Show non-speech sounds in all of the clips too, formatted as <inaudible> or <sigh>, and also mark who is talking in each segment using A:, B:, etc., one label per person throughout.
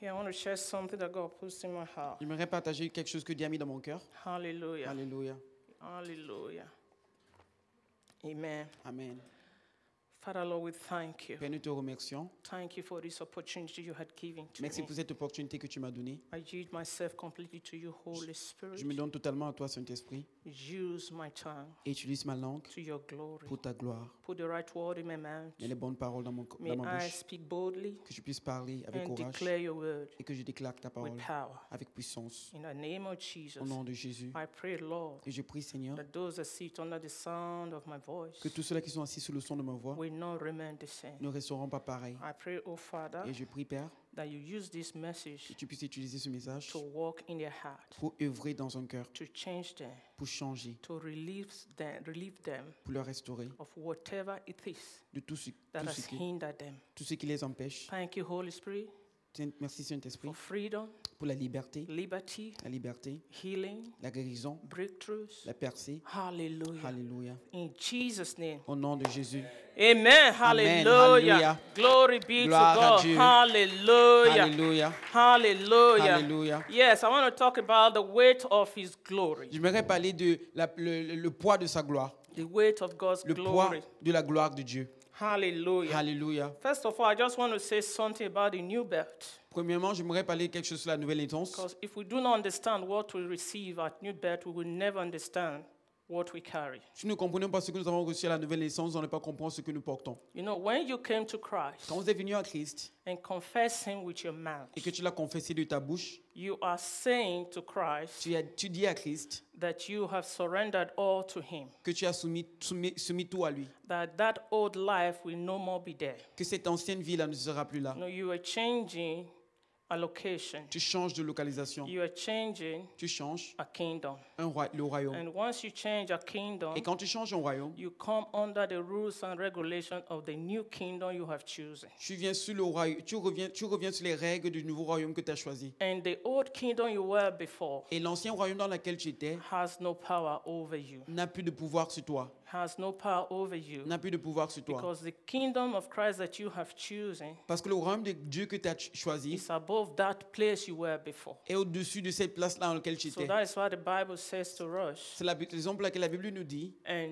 A: Here, I want to share something that God puts in my heart.
B: J'aimerais partager quelque chose que Dieu a mis dans mon cœur.
A: Hallelujah.
B: Alléluia.
A: Hallelujah. Amen.
B: Amen.
A: Father, Lord, we thank you.
B: Père, nous te remercions.
A: Thank you for this opportunity you had given to
B: Merci
A: me.
B: pour cette opportunité que tu m'as donnée.
A: I yield myself completely to you, Holy Spirit.
B: Je me donne totalement à toi, Saint-Esprit.
A: Use my tongue
B: Et utilise ma langue
A: to your glory.
B: pour ta gloire.
A: Put the right word in my mouth.
B: Mets les bonnes paroles dans, mon, co- dans
A: May
B: ma
A: I
B: bouche.
A: speak boldly
B: Que je puisse parler avec
A: and
B: courage.
A: declare your word
B: Et que je déclare ta
A: with
B: parole
A: power.
B: avec puissance.
A: In the name of Jesus,
B: Au nom de Jésus.
A: I pray, Lord,
B: Et je prie, Seigneur,
A: that those that sit under the sound of my voice
B: que tous ceux-là qui sont assis sous le son de ma voix
A: will not remain the same.
B: ne resteront pas pareils.
A: I pray, oh Father,
B: Et je prie, Père,
A: that you use this message
B: que tu puisses utiliser ce message
A: to walk in their heart,
B: pour œuvrer dans un cœur,
A: to change them,
B: pour changer,
A: to relieve them, relieve them
B: pour leur restaurer
A: of whatever it is
B: de tout ce,
A: that
B: tout
A: has
B: ce, qui,
A: hindered them.
B: tout ce qui les empêche.
A: Thank you, Holy Spirit,
B: Tiens, Merci, Saint-Esprit,
A: for freedom,
B: pour la liberté,
A: liberty,
B: la liberté,
A: healing,
B: la guérison,
A: breakthroughs.
B: la percée.
A: Hallelujah.
B: Alléluia.
A: In Jesus' name.
B: Au nom de Jésus.
A: Amen. Hallelujah.
B: Hallelujah.
A: Glory be
B: Gloire à
A: to God.
B: Dieu.
A: Hallelujah.
B: Alléluia.
A: Hallelujah.
B: Hallelujah.
A: Yes, I want to talk about the weight of His glory,
B: J'aimerais parler de la- le, le poids de sa gloire,
A: the weight of God's
B: le poids
A: glory.
B: de la gloire de Dieu.
A: Hallelujah.
B: Alléluia.
A: First of all, I just want to say something about the new belt.
B: Premièrement, j'aimerais parler quelque chose sur la nouvelle naissance.
A: Because if we do not understand what we receive at new birth, we will never understand what we carry.
B: Si nous ne comprenons pas ce que nous avons reçu à la nouvelle naissance, on ne peut pas comprendre ce que nous portons.
A: You know, when you came to Christ
B: Quand vous êtes venu à Christ
A: and confess Him with your mouth,
B: et que tu l'as confessé de ta bouche,
A: you are saying to Christ
B: tu, as, tu dis à Christ
A: that you have surrendered all to Him,
B: que tu as soumis, soumis, soumis tout à lui,
A: that that old life will no more be there.
B: que cette ancienne vie-là ne sera plus là.
A: No, you are changing a location.
B: Tu changes de localisation,
A: You are changing
B: tu changes
A: a kingdom.
B: un roi- le royaume.
A: And once you change a kingdom,
B: Et quand tu changes un royaume,
A: you come under the rules and regulations of the new kingdom you have chosen.
B: tu, viens sur le royaume, tu, reviens, tu reviens sur les règles du nouveau royaume que tu as choisi.
A: And the old kingdom you were before
B: Et l'ancien royaume dans lequel tu étais
A: has no power over you,
B: n'a plus de pouvoir sur toi,
A: has no power over you,
B: n'a plus de pouvoir sur toi.
A: because the kingdom of Christ that you have chosen
B: Parce que le royaume de Dieu que tu as ch- choisi
A: is above that place you were before.
B: est au-dessus de cette place-là dans laquelle tu
A: So
B: étais.
A: that is why the Bible says to us
B: C'est la raison pour laquelle la Bible nous dit,
A: in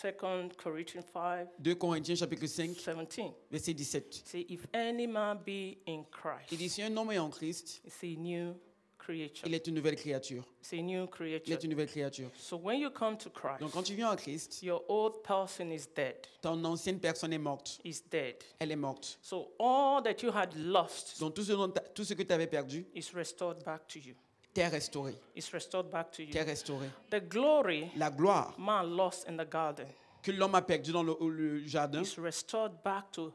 A: 2 Corinthians 5
B: 2 Corinthiens chapitre 5,
A: 17.
B: verset 17.
A: See, if any man be in
B: Il dit,
A: Christ,
B: si un homme est en Christ,
A: it's a new creature.
B: il est une nouvelle créature.
A: It's a new
B: Il
A: creature.
B: est une nouvelle créature.
A: So when you come to
B: Donc quand
A: Christ,
B: tu viens en Christ,
A: your old person is dead.
B: ton ancienne personne est morte.
A: Is dead.
B: Elle est morte.
A: So all that you had lost
B: Donc tout ce, dont t'a- tout ce que tu avais perdu,
A: is restored back to you.
B: t'es restauré.
A: It's restored back to
B: T'es
A: you.
B: restauré.
A: The glory
B: La gloire
A: man lost in the garden
B: que l'homme a perdue dans le, le jardin
A: is restored back to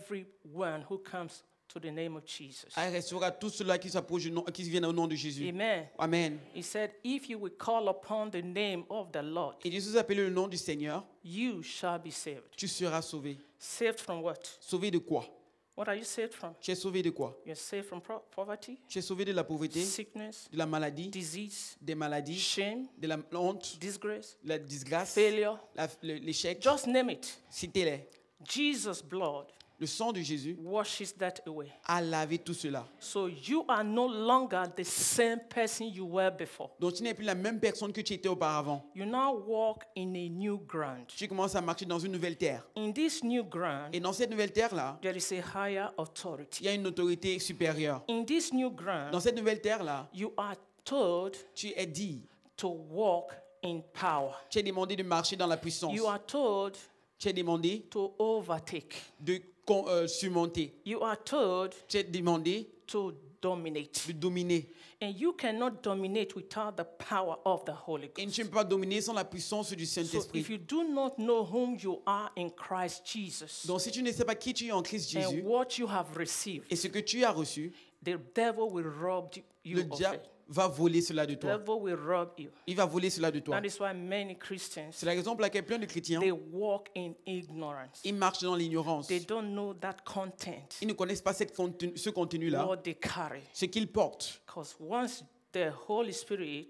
A: everyone who comes to the name of Jesus.
B: elle restaurera tous ceux-là qui s'approchent du nom- qui viennent au nom de Jésus.
A: Amen.
B: Amen.
A: He said, If you will call upon the name of the Lord,
B: Et Jésus appelle le nom du Seigneur,
A: you shall be saved.
B: tu seras sauvé.
A: Saved from what?
B: Sauvé de quoi
A: What are you saved from?
B: Tu es sauvé de quoi
A: You're saved from pro- poverty,
B: Tu es sauvé de la pauvreté,
A: sickness,
B: de la maladie,
A: disease,
B: des maladies,
A: shame,
B: de la honte,
A: disgrace,
B: la disgrâce,
A: failure.
B: la- le- l'échec.
A: Just name it.
B: Citez-les.
A: Jesus' blood
B: Le sang de Jésus
A: washes that away.
B: a lavé tout cela.
A: So you are no longer the same person you were before.
B: Donc tu n'es plus la même personne que tu étais auparavant.
A: You now walk in a new ground.
B: Tu commences à marcher dans une nouvelle terre.
A: In this new ground,
B: Et dans cette nouvelle terre-là,
A: there is a higher
B: il
A: authority.
B: y a une autorité supérieure.
A: In this new
B: Dans
A: ground,
B: cette nouvelle terre-là,
A: you are told
B: tu es dit,
A: to walk in power.
B: tu es demandé de marcher dans la puissance.
A: You are told
B: Tu es demandé
A: to overtake.
B: de con- euh, surmonter.
A: You are told
B: Tu es demandé
A: to dominate.
B: de dominer.
A: And you cannot dominate without the power of the Holy Ghost.
B: Et tu ne peux pas dominer sans la puissance du
A: So if
B: Saint-Esprit.
A: you do not know whom you are in Christ Jesus
B: Donc si tu ne sais pas qui tu es en Christ
A: and
B: Jésus
A: what you have received,
B: et ce que tu as reçu,
A: the devil will rob you
B: le
A: of
B: diable
A: it.
B: va voler cela de
A: The
B: toi.
A: devil will rob you.
B: Il va voler cela de toi.
A: That is why many Christians
B: C'est la raison pour laquelle plein de chrétiens,
A: they walk in ignorance.
B: ils marchent dans l'ignorance.
A: They don't know that content,
B: Ils ne connaissent pas cette contenu- ce contenu-là,
A: what they carry.
B: ce qu'ils portent.
A: Because once the Holy Spirit,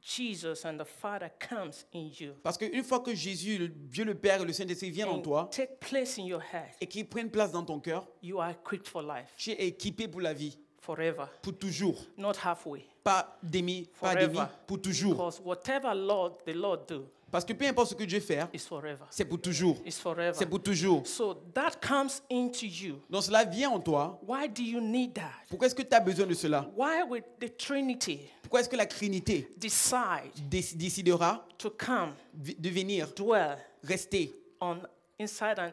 A: Jesus and the Father comes in you
B: Parce qu'une fois que Jésus, le- Dieu le Père et le Saint-Esprit viennent en
A: and
B: toi
A: take place in your head,
B: et qu'ils prennent place dans ton cœur,
A: you are equipped for life.
B: tu es équipé pour la vie.
A: forever,
B: pour toujours.
A: not halfway.
B: Pas demi, pas demi,
A: Forever.
B: pour toujours.
A: Because whatever Lord the Lord do
B: Parce que peu importe ce que Dieu fait,
A: is forever.
B: c'est pour toujours.
A: It's
B: C'est
A: forever.
B: pour toujours.
A: So that comes into you.
B: Donc cela vient en toi.
A: Why do you need that?
B: Pourquoi est-ce que tu as besoin de cela
A: Why would the Trinity
B: Pourquoi est-ce que la Trinité
A: decide
B: déc- décidera
A: to come
B: vi- de venir
A: dwell
B: rester
A: on inside an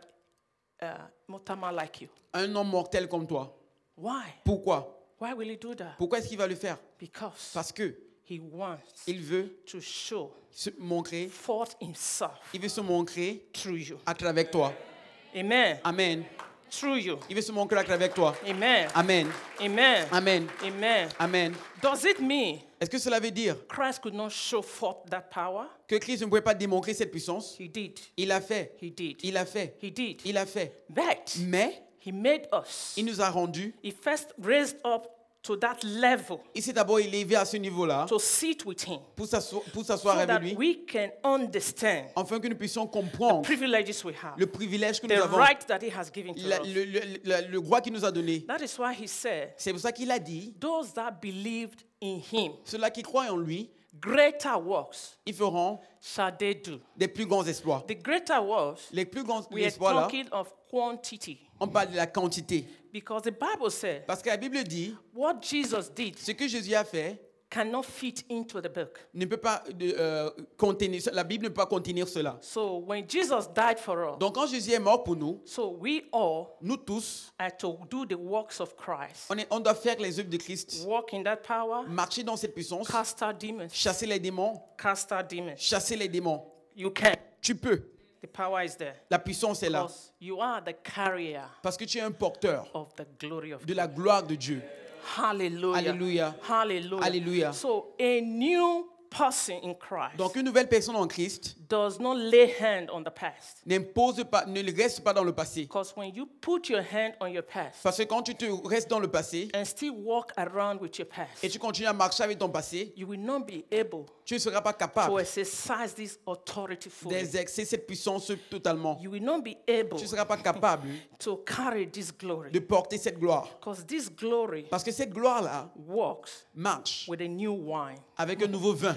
A: uh, Motama like you?
B: un homme mortel comme toi
A: Why?
B: Pourquoi
A: Why will he do that?
B: Pourquoi est-ce qu'il va le faire
A: Because
B: Parce que
A: he wants
B: il veut
A: to show
B: se montrer,
A: forth himself
B: il veut se montrer
A: through you.
B: à travers toi.
A: Amen.
B: Amen.
A: Through you.
B: Il veut se montrer à travers toi.
A: Amen.
B: Amen.
A: Amen.
B: Amen.
A: Amen.
B: Amen.
A: Does it mean
B: Est-ce que cela veut dire
A: Christ could not show forth that power?
B: que Christ ne pouvait pas démontrer cette puissance
A: He did.
B: Il l'a fait.
A: He did.
B: Il l'a fait.
A: He did.
B: Il l'a fait.
A: But
B: Mais
A: he made us.
B: il nous a rendus.
A: He first raised up to that level
B: Il s'est d'abord élevé à ce niveau-là
A: to sit with him
B: pour s'asseoir pour s'asseoir
A: so that
B: avec lui,
A: we can understand
B: afin que nous puissions comprendre
A: privileges we have,
B: le privilège que nous
A: the
B: avons,
A: right that he has given to
B: la-
A: us.
B: le, le- le- le droit qu'il nous a donné.
A: That is why he said,
B: C'est pour ça qu'il a dit,
A: Those that believed in him,
B: ceux-là qui croient en lui,
A: greater works
B: ils feront
A: shall they do.
B: des plus grands espoirs.
A: The greater works,
B: Les plus grands
A: we are
B: espoirs, là,
A: talking of quantity.
B: on parle de la quantité.
A: Because the Bible said,
B: Parce que la Bible dit,
A: what Jesus did
B: ce que Jésus a fait
A: cannot fit into the book.
B: ne peut pas de, euh, contenir, la Bible ne peut pas contenir cela.
A: So when Jesus died for us,
B: Donc quand Jésus est mort pour nous,
A: so we all
B: nous tous,
A: are uh, to do the works of Christ.
B: on, est- on doit faire les œuvres de Christ,
A: Walk in that power,
B: marcher dans cette puissance,
A: cast out demons,
B: chasser les démons,
A: cast out demons.
B: chasser les démons.
A: You can.
B: Tu peux.
A: The power is there.
B: La puissance est là.
A: Because you are the carrier
B: Parce que tu es un porteur
A: of the glory of
B: de la gloire de Dieu.
A: Hallelujah.
B: Alléluia.
A: Hallelujah.
B: Alléluia.
A: So a new person in Christ
B: Donc une nouvelle personne en Christ
A: does not lay hand on the past.
B: n'impose pas, ne reste pas dans le passé.
A: Because when you put your hand on your past
B: Parce que quand tu te restes dans le passé
A: and still walk around with your past,
B: et tu continues à marcher avec ton passé,
A: you will not be able
B: tu ne seras pas
A: to
B: capable
A: exercise this authority fully.
B: d'exercer cette puissance totalement.
A: You will not be able
B: Tu ne seras pas capable
A: to carry this
B: de
A: glory.
B: porter cette gloire.
A: Because this glory
B: Parce que cette gloire-là
A: works
B: marche
A: with a new wine, <laughs>
B: avec un nouveau vin,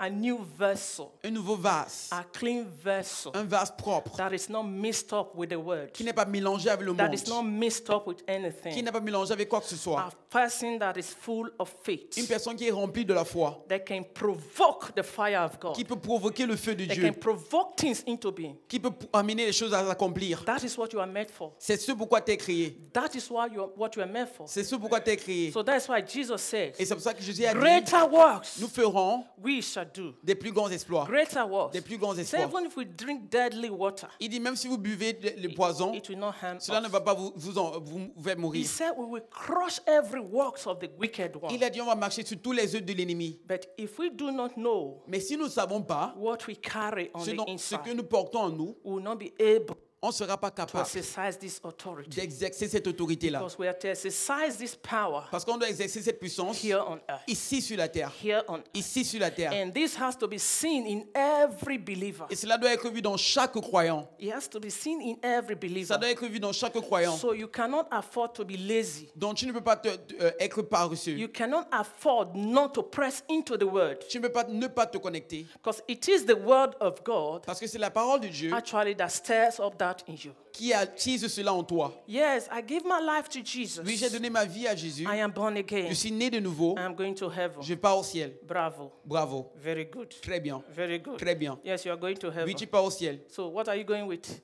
A: a new vessel,
B: un nouveau vase,
A: a clean vessel
B: un vase propre,
A: that is not mixed up with the world.
B: qui n'est pas mélangé avec le
A: that is not
B: monde,
A: mixed up with
B: qui
A: anything.
B: n'est pas mélangé avec quoi que ce soit.
A: A person that is full of
B: Une
A: faith,
B: personne qui est remplie de la foi,
A: that can provoke the fire of God,
B: qui peut provoquer le feu de
A: that can
B: Dieu,
A: provoke things into being.
B: qui peut amener les choses à s'accomplir.
A: That is what you are meant for.
B: C'est ce pourquoi tu es créé.
A: That is why you are, what you are meant for.
B: C'est ce pourquoi tu es créé.
A: So that's why Jesus says,
B: Et c'est pour ça que Jésus a dit,
A: greater works
B: nous ferons
A: we shall do.
B: des plus grands exploits.
A: Greater works.
B: Des plus grands
A: He
B: espoirs.
A: said, even if we drink deadly water,
B: Il dit, même si vous buvez de- le poison,
A: it will not harm us.
B: cela ne va pas vous, vous, en- vous faire
A: He
B: mourir.
A: said, we will crush every works of the wicked one.
B: Il a dit, on va marcher sur tous les œufs de l'ennemi.
A: But if we do not know
B: Mais si nous ne savons pas
A: what we carry on
B: ce,
A: the
B: dont- ce
A: inside,
B: que nous portons en nous,
A: we will not be able
B: on ne sera pas
A: to
B: capable
A: exercise this authority
B: d'exercer cette autorité-là.
A: because we are to exercise this power
B: Parce qu'on doit exercer cette puissance
A: here on earth.
B: ici sur la terre.
A: Here on earth.
B: Ici sur la terre.
A: And this has to be seen in every believer.
B: Et cela doit être vu dans chaque croyant.
A: It has to be seen in every
B: Ça
A: believer.
B: doit être vu dans chaque croyant.
A: So you cannot afford to be lazy.
B: Donc tu ne peux pas te- te- euh, être paresseux.
A: You cannot afford not to press into the word
B: Tu ne peux pas ne pas te connecter.
A: because it is the word of God
B: Parce que c'est la parole de Dieu
A: actually that stirs up that in you.
B: qui attise cela en toi.
A: Yes, I give my life to
B: Oui, j'ai
A: Jesus.
B: donné ma vie à Jésus.
A: I am born
B: Je
A: again.
B: suis né de nouveau.
A: I am going to heaven.
B: Je pars au ciel.
A: Bravo.
B: Bravo.
A: Very good.
B: Très bien.
A: Very good.
B: Très bien.
A: Yes, you are going to heaven.
B: Oui, tu pars au ciel. Euh,
A: So what are you going with?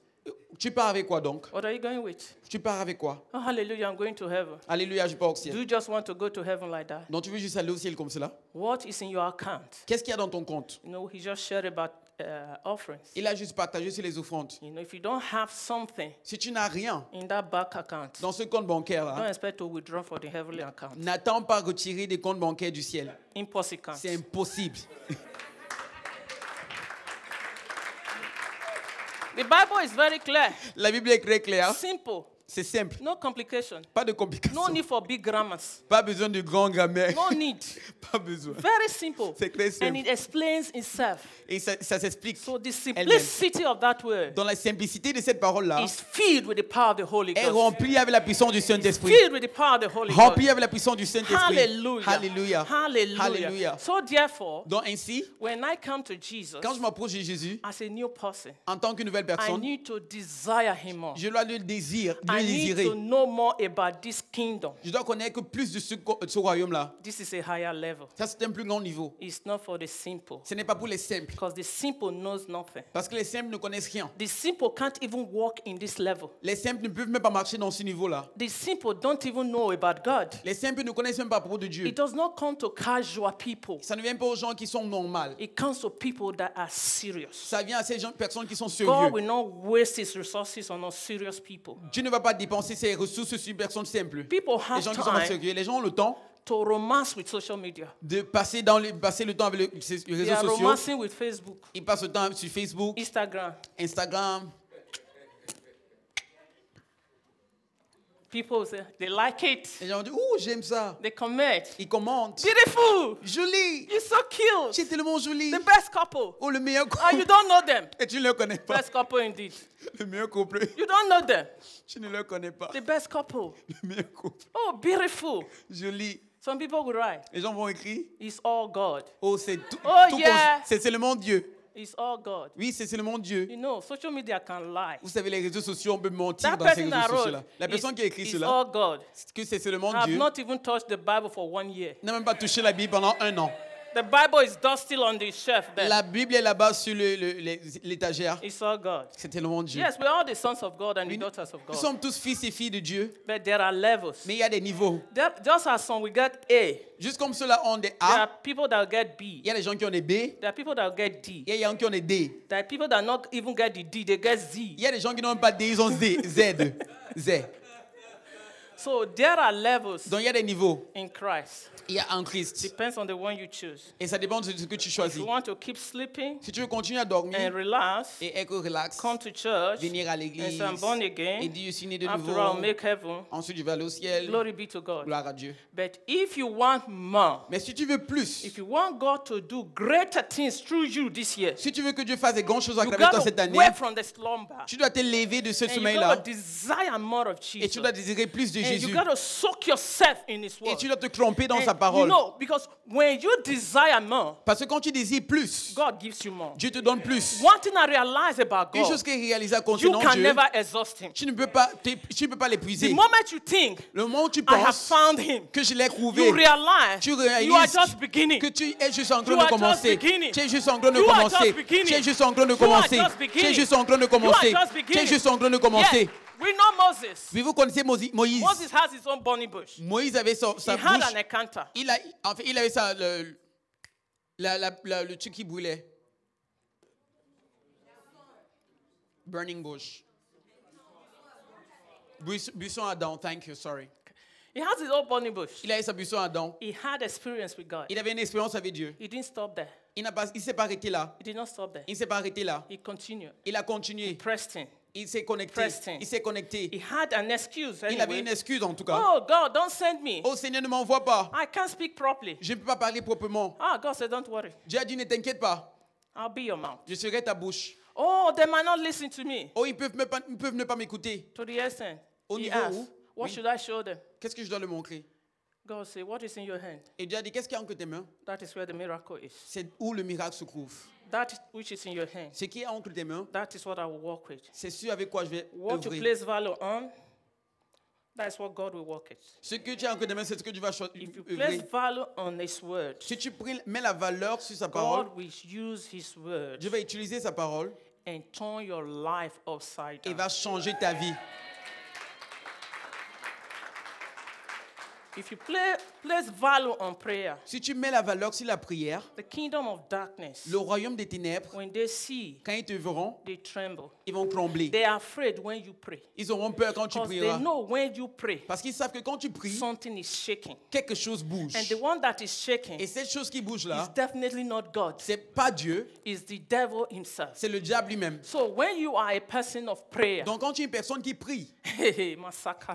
B: Tu pars avec quoi donc
A: What are you going with?
B: Tu pars avec quoi
A: Oh, hallelujah, I'm going to heaven.
B: Alléluia, je pars au
A: Do
B: ciel.
A: you just want to go to heaven like that?
B: Donc tu veux juste aller au ciel comme cela
A: What is in your account?
B: Qu'est-ce qu'il y a dans ton compte
A: You know, he just shared about uh, offerings.
B: Il a juste partagé sur les offrandes.
A: You know, if you don't have something
B: Si tu n'as rien
A: in that bank account,
B: dans ce compte bancaire
A: don't
B: là,
A: expect to withdraw for the heavenly account.
B: n'attends pas retirer des comptes bancaires du ciel.
A: Impossible.
B: C'est impossible.
A: The Bible is very clear,
B: La Bible est très claire, hein.
A: simple.
B: C'est simple.
A: No complication.
B: Pas de complications.
A: No need for big grammars.
B: Pas besoin de grand grammaire.
A: <laughs> No need.
B: <laughs> Pas besoin.
A: Very simple.
B: C'est très
A: And
B: simple.
A: it explains itself.
B: Et ça, ça s'explique.
A: So the simplicity of that word
B: Dans la simplicité de cette parole-là,
A: is filled with the power of the Holy
B: est
A: Ghost.
B: remplie avec la puissance du Saint-Esprit.
A: Filled with the power of the Holy
B: Remplie
A: Ghost.
B: avec la puissance du Saint-Esprit.
A: Hallelujah.
B: Alléluia.
A: Hallelujah.
B: Alléluia.
A: So therefore,
B: Donc ainsi,
A: when I come to Jesus
B: quand je m'approche de Jésus,
A: as a new person,
B: en tant qu'une nouvelle
A: I
B: personne,
A: need to desire him more.
B: je dois le désir,
A: I
B: le
A: need
B: désirer.
A: to know more about this kingdom.
B: Je dois connaître plus de ce, co- de ce royaume-là.
A: This is a higher level.
B: Ça, c'est un plus grand niveau.
A: It's not for the simple,
B: Ce n'est pas pour les simples.
A: because the simple knows nothing.
B: Parce que les simples ne connaissent rien.
A: The simple can't even walk in this level.
B: Les simples ne peuvent même pas marcher dans ce niveau-là.
A: The simple don't even know about God.
B: Les simples ne connaissent même pas pour de Dieu.
A: It does not come to casual people.
B: Ça ne vient pas aux gens qui sont normaux.
A: It comes to people that are serious.
B: Ça vient à ces gens, personnes qui sont
A: God
B: sérieux.
A: will not waste his resources on unserious people.
B: Dieu ne va pas dépenser ses ressources sur une personne simple.
A: People
B: Les
A: have
B: gens qui sont pas
A: time
B: sérieux, les gens ont le temps
A: to romance with social media.
B: de passer, dans le, passer le temps avec le- ces- les
A: They
B: réseaux
A: are
B: sociaux.
A: romancing with Facebook,
B: Ils passent le temps sur Facebook,
A: Instagram.
B: Instagram.
A: People say they like it.
B: Les gens disent Ouh, j'aime ça.
A: They comment.
B: Ils commentent.
A: Beautiful.
B: Joli.
A: You're so cute.
B: C'est tellement joli.
A: The best couple.
B: Oh, le meilleur
A: Oh, you
B: couple.
A: don't know them.
B: Et tu ne le connais pas.
A: Best couple indeed.
B: Le meilleur couple. <laughs>
A: You don't know them.
B: Tu ne le connais pas.
A: The best couple.
B: Le meilleur couple.
A: Oh, beautiful.
B: Joli.
A: Some people will write,
B: Les gens vont écrire.
A: it's all God.
B: Oh, c'est tout.
A: Oh,
B: tout
A: yeah.
B: cons- C'est seulement Dieu.
A: It's all God.
B: Oui, c'est seulement Dieu.
A: You know, social media can lie.
B: Vous savez, les réseaux sociaux, on peut mentir
A: That
B: dans ces
A: person
B: réseaux
A: that wrote,
B: sociaux-là. La
A: it's-
B: personne qui a écrit
A: it's
B: cela,
A: all God.
B: c'est que c'est seulement
A: I have
B: Dieu,
A: not even touched the Bible for one year.
B: n'a même pas touché la Bible pendant un an.
A: The Bible is dust still on the shelf there.
B: La Bible est là-bas sur le- le- les- l'étagère.
A: It's all God.
B: C'est tellement Dieu.
A: Yes, we're all the sons of God and the
B: Oui,
A: daughters of
B: Nous
A: God.
B: sommes tous fils et filles de Dieu,
A: But there are levels.
B: mais il y a des niveaux.
A: There, just as some will get A,
B: Juste comme cela, on des
A: there are
B: A,
A: people that will get B.
B: il y a des gens qui ont des B, il
A: There are people that will get D.
B: y a des gens qui ont des D.
A: There are people that not even get the D, they get Z.
B: Il y a des gens qui n'ont même pas D, ils ont Z. Z. Z.
A: So there are levels
B: Donc il y a des niveaux.
A: in Christ.
B: Il y a un Christ.
A: Depends on the one you choose.
B: Et ça dépend de ce que tu
A: If
B: choisis.
A: you want to keep sleeping
B: Si tu veux continuer à dormir
A: and relax,
B: et être relax,
A: come to Eh, church
B: venir à
A: and
B: l'église
A: say, I'm born
B: et
A: again,
B: dire je suis né de
A: after all,
B: nouveau.
A: make heaven.
B: Ensuite, je vais aller au ciel.
A: Glory be to God.
B: Gloire à Dieu.
A: But if you want more,
B: Mais si tu veux plus,
A: If you want God to do greater things through you this year,
B: si tu veux que Dieu fasse des grandes choses à
A: you
B: travers toi
A: got
B: cette
A: to
B: année,
A: wake from the slumber.
B: tu dois te lever de ce
A: And Eh, you got
B: sommeil-là
A: to desire more of
B: et
A: Jesus.
B: tu dois désirer plus de
A: And you
B: Jésus.
A: got to soak yourself in His
B: Et
A: word.
B: tu dois te tromper dans
A: And
B: sa
A: You
B: parole.
A: know, because when you desire more,
B: Parce que quand tu désires plus,
A: God gives you more.
B: Dieu te donne plus.
A: One thing I realize about
B: Une
A: God,
B: chose qui est réalisée
A: you
B: concernant
A: can
B: Dieu,
A: never exhaust Him.
B: tu ne peux pas, t'es- tu ne peux pas
A: The
B: l'épuiser.
A: moment you think,
B: Le moment où tu
A: I have
B: penses
A: found Him,
B: que je l'ai trouvé,
A: you realize
B: tu
A: you are
B: réalises
A: just beginning.
B: que tu es juste en train
A: You
B: de
A: are just
B: commencer.
A: beginning.
B: Tu es juste en train de
A: You are
B: commencer.
A: just beginning.
B: Tu es juste en train de
A: You are
B: commencer.
A: just
B: Tu es
A: beginning.
B: juste en train de
A: You are
B: commencer.
A: just
B: Tu es
A: beginning.
B: juste en train de
A: Yes,
B: commencer.
A: we know Moses.
B: Mais vous connaissez Mosi- Moïse.
A: Moses has his own burning bush.
B: Moïse avait son-
A: He
B: sa
A: had
B: bouche.
A: an encounter.
B: Il, a, en fait, il avait ça, le, la- la- la- le truc qui brûlait. Burning bush. Buis- Buisson à dents, thank you, sorry.
A: He has his own burning bush.
B: Il avait sa buisson à dents.
A: He had experience with God.
B: Il avait une expérience avec Dieu.
A: He didn't stop there.
B: Il n'a pas, il s'est pas arrêté là.
A: He did not stop there.
B: Il s'est pas arrêté là.
A: He continued.
B: Il a continué.
A: Pressed him.
B: Il s'est connecté.
A: Preston.
B: Il s'est
A: He
B: connecté.
A: had an excuse.
B: Il avait une
A: Anyway.
B: excuse en tout cas.
A: Oh God, don't send me.
B: Oh Seigneur, ne m'envoie pas.
A: I can't speak properly.
B: Je ne peux pas parler proprement.
A: Ah, God said, don't worry.
B: Dieu a dit, ne t'inquiète pas.
A: I'll be your mouth.
B: Je serai ta bouche.
A: Oh, they might not listen to me.
B: Oh, ils peuvent, me pas- ils peuvent ne pas m'écouter.
A: To the extent.
B: Au
A: He
B: niveau
A: asked,
B: où?
A: what
B: Oui.
A: should I show them?
B: Qu'est-ce que je dois leur montrer
A: God said, what is in your hand?
B: Et Dieu a dit, qu'est-ce qu'il y a entre tes mains
A: That is where the miracle is.
B: C'est où le miracle se trouve.
A: That which is in your hand.
B: Ce qui est entre tes mains,
A: That is what I will work with.
B: c'est ce avec quoi je vais
A: What you
B: œuvrer.
A: place value on, that is what God will work it.
B: Ce que tu as entre tes mains, c'est ce que tu vas cho-
A: If you place
B: œuvrer.
A: value on His word,
B: Si tu pries- mets la valeur sur sa parole,
A: God will use His word
B: Dieu va utiliser sa parole
A: and turn your life upside
B: et
A: down.
B: va changer ta vie.
A: If you pla- place value on prayer,
B: Si tu mets la valeur sur la prière,
A: the kingdom of darkness,
B: le royaume des ténèbres,
A: when they see,
B: quand ils te verront,
A: they tremble.
B: ils vont trembler.
A: They are afraid when you pray.
B: Ils auront peur quand tu
A: Because they
B: prieras.
A: know when you pray,
B: Parce qu'ils savent que quand tu pries,
A: something is shaking.
B: quelque chose bouge.
A: And the one that is shaking
B: Et cette chose qui bouge
A: is
B: là,
A: definitely not God,
B: c'est pas Dieu,
A: it's the devil himself.
B: c'est le diable lui-même.
A: So when you are a person of prayer,
B: Donc quand tu es une personne qui prie,
A: <laughs> Hey,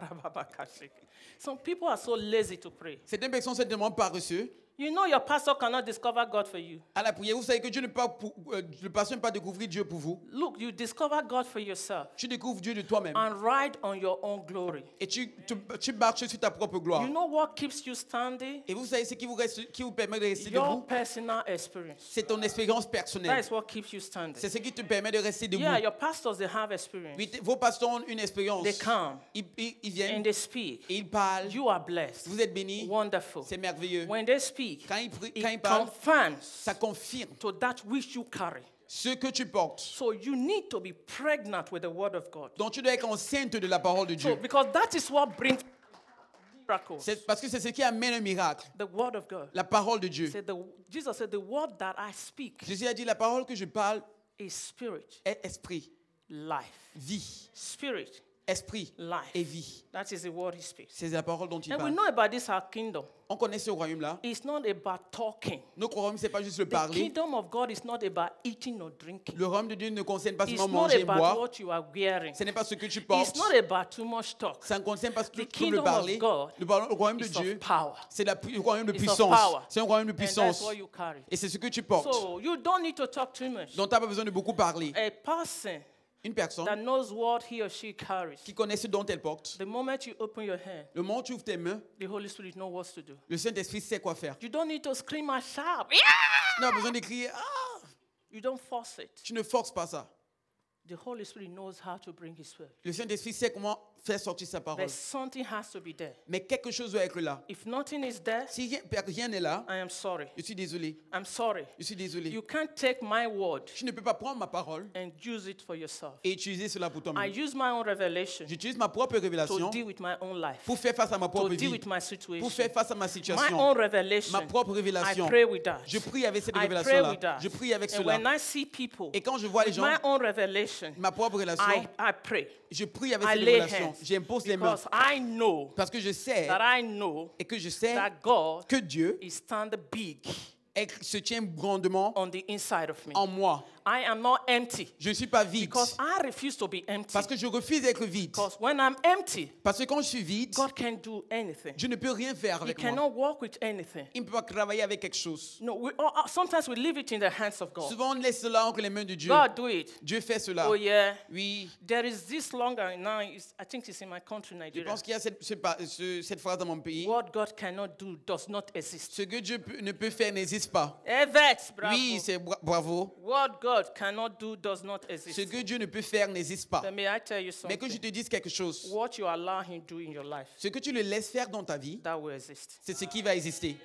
A: masakarababakashik. Some people are so lazy to pray.
B: certaines personnes se demandent paresseux.
A: You know your pastor cannot discover God for you.
B: À la prière, vous savez que Dieu ne peut pas, pour- euh, le pasteur ne peut pas découvrir Dieu pour vous.
A: Look, you discover God for yourself
B: Tu découvres Dieu de toi-même
A: and ride on your own glory.
B: et tu, tu, tu marches sur ta propre gloire.
A: You know what keeps you standing?
B: Et vous savez ce qui vous, reste, qui vous permet de rester
A: Your
B: debout
A: personal experience.
B: C'est ton expérience
A: That
B: personnelle.
A: is what keeps you standing.
B: C'est ce qui te permet de rester debout.
A: Yeah, your pastors, they have
B: Oui,
A: experience.
B: t- Vos pasteurs ont une expérience.
A: They come
B: Ils, ils- ils
A: and
B: viennent
A: they speak.
B: et ils parlent.
A: You are blessed.
B: Vous êtes bénis.
A: Wonderful.
B: C'est merveilleux.
A: When they speak,
B: Quand ils, pri- quand ils
A: it
B: parlent,
A: confirms
B: ça confirme
A: to that which you carry.
B: ce que tu portes.
A: So you need to be pregnant with the word of God.
B: Donc tu dois être enceinte de la parole de
A: So,
B: Dieu.
A: because that is what brings miracles.
B: C'est parce que c'est ce qui amène un miracle.
A: The word of God.
B: La parole de Dieu.
A: Said the, Jesus said, The word that I speak
B: Jésus a dit, la parole que je parle
A: is spirit,
B: est esprit,
A: life.
B: vie.
A: Spirit,
B: Esprit
A: life.
B: et vie.
A: That is the word he speaks.
B: C'est la parole dont il
A: And we
B: parle.
A: know about this, our kingdom.
B: On connaît ce royaume-là.
A: It's not about talking.
B: Notre royaume, c'est pas juste le
A: The
B: parler.
A: kingdom of God is not about eating or drinking.
B: Le royaume de Dieu ne concerne pas
A: It's
B: seulement
A: not
B: manger et
A: about
B: boire.
A: what you are wearing.
B: Ce n'est pas ce que tu
A: It's
B: portes.
A: not about too much talk.
B: Ça ne concerne pas tout,
A: The
B: tout le
A: kingdom
B: parler.
A: of God
B: Le par- le royaume de
A: is of
B: Dieu,
A: power.
B: c'est la pu- le royaume de
A: It's of
B: puissance.
A: power.
B: C'est un royaume de
A: And that's
B: puissance.
A: what you carry.
B: Et c'est ce que tu portes.
A: So you don't need to talk too much.
B: Donc, tu n'as pas besoin de beaucoup parler.
A: A person
B: Une personne
A: that knows what he or she carries.
B: qui connaît ce dont elle porte,
A: The moment you open your hand,
B: le moment où tu ouvres tes mains,
A: the Holy Spirit knows what to do.
B: le Saint-Esprit sait quoi faire.
A: You don't need to scream and shout.
B: Tu n'as pas besoin de crier. Ah!
A: You don't force it.
B: Tu ne forces pas ça.
A: The Holy Spirit knows how to bring His word.
B: Le Saint-Esprit sait comment faire sortir sa parole.
A: But something has to be there.
B: Mais quelque chose doit être là.
A: If nothing is there,
B: Si rien- rien n'est là,
A: I am sorry.
B: je suis désolé.
A: I'm sorry.
B: Je suis désolé.
A: You can't take my word
B: Tu ne peux pas prendre ma parole
A: and use it for yourself.
B: et utiliser cela pour
A: I
B: toi-même.
A: use my own revelation
B: J'utilise ma propre
A: to
B: révélation
A: deal with my own life,
B: pour faire face à ma propre
A: to deal
B: vie,
A: with my
B: pour
A: situation.
B: faire face à ma
A: My
B: situation.
A: own revelation.
B: Ma propre
A: I
B: révélation.
A: pray with that.
B: Je prie avec cette
A: I pray with
B: révélation-là.
A: that.
B: Je prie avec
A: And
B: cela.
A: when I see people,
B: Et quand je vois les
A: with
B: gens,
A: my own revelation,
B: ma propre
A: I,
B: relation,
A: I pray.
B: je prie avec
A: I
B: cette
A: lay
B: révélation.
A: hands
B: J'impose les mains.
A: because I know
B: Parce que je sais
A: that I know
B: et que je sais
A: that God
B: que Dieu
A: is standing big
B: est- se tient grandement
A: on the inside of me.
B: en moi.
A: I am not empty
B: Je ne suis pas vide.
A: because I refuse to be empty.
B: Parce que je refuse d'être vide.
A: Because when I'm empty,
B: Parce que quand je suis vide,
A: God can do anything.
B: je ne peux rien faire
A: He
B: avec moi.
A: cannot work with anything.
B: Il ne peut pas travailler avec quelque chose.
A: No, we, all- sometimes we leave it in the hands of God.
B: Souvent, on laisse cela entre les mains de Dieu.
A: Oh.
B: Ah.
A: God do it.
B: Dieu fait cela.
A: Oh yeah.
B: Oui.
A: There is this longer now. It's, I think it's in my country,
B: Je
A: Nigeria.
B: pense qu'il y a cette, ce pa- ce- cette phrase dans mon pays.
A: What God cannot do does not exist.
B: Ce que Dieu peut- ne peut faire n'existe pas.
A: Evet, bravo.
B: Oui, c'est bra- bravo.
A: What God cannot do does not
B: Ce
A: exist.
B: que Dieu ne peut faire n'existe pas.
A: But may I tell you
B: Mais que je
A: something?
B: te dise quelque chose.
A: What you allow Him do in your life,
B: Ce que tu le laisses faire dans ta vie,
A: that will exist.
B: c'est ce qui va exister.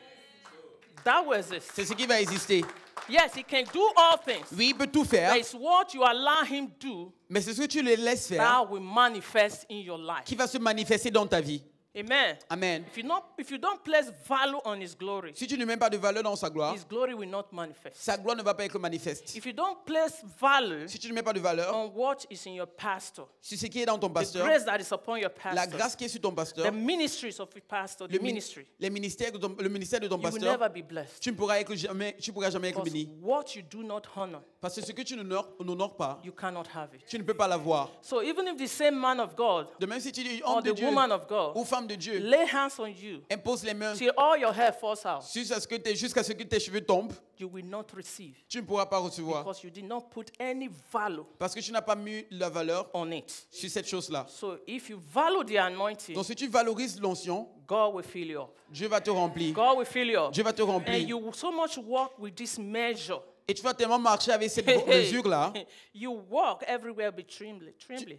A: That will exist.
B: C'est ce qui va exister.
A: Yes, He can do all things.
B: Oui, il peut tout faire,
A: But it's what you allow Him do
B: mais c'est ce que tu le laisses faire
A: that will manifest in your life.
B: qui va se manifester dans ta vie.
A: Amen.
B: Amen.
A: If you not, if you don't place value on His glory,
B: Si tu ne mets pas de valeur dans sa gloire,
A: His glory will not manifest.
B: sa gloire ne va pas être manifeste.
A: If you don't place value
B: Si tu ne mets pas de valeur
A: on what is in your pastor,
B: sur ce qui est dans ton
A: Oh. the
B: pasteur,
A: grace that is upon your
B: la
A: pastor,
B: grâce qui est sur ton pasteur,
A: the ministries of your pastor,
B: le
A: the
B: mi-
A: ministry,
B: les ministères de ton- le ministère de ton
A: you will
B: pasteur,
A: never be blessed.
B: tu ne pourras être jamais, tu pourras jamais être
A: Because
B: béni.
A: what you do not honor,
B: Parce que ce que tu n'honores n'honores pas,
A: you cannot have it.
B: tu ne peux pas l'avoir.
A: So even if the same man of God
B: De même si tu es
A: or
B: homme de
A: Oh, the
B: Dieu
A: woman of God
B: ou femme de Dieu,
A: lay hands on you
B: impose les mains
A: till all your hair falls out,
B: jusqu'à ce, que tes- jusqu'à ce que tes cheveux tombent,
A: you will not receive
B: tu ne pourras pas recevoir.
A: because you did not put any value
B: Parce que tu n'as pas mis la valeur
A: on it.
B: sur cette chose-là.
A: So if you value the anointing,
B: Donc si tu valorises l'onction,
A: God will fill you up.
B: Dieu va te remplir.
A: God will fill you up.
B: Dieu va te
A: And
B: remplir.
A: you will so much work with this measure.
B: Et tu vas tellement marcher avec cette gro- mesure-là.
A: <laughs> you walk everywhere be trembly, trembly.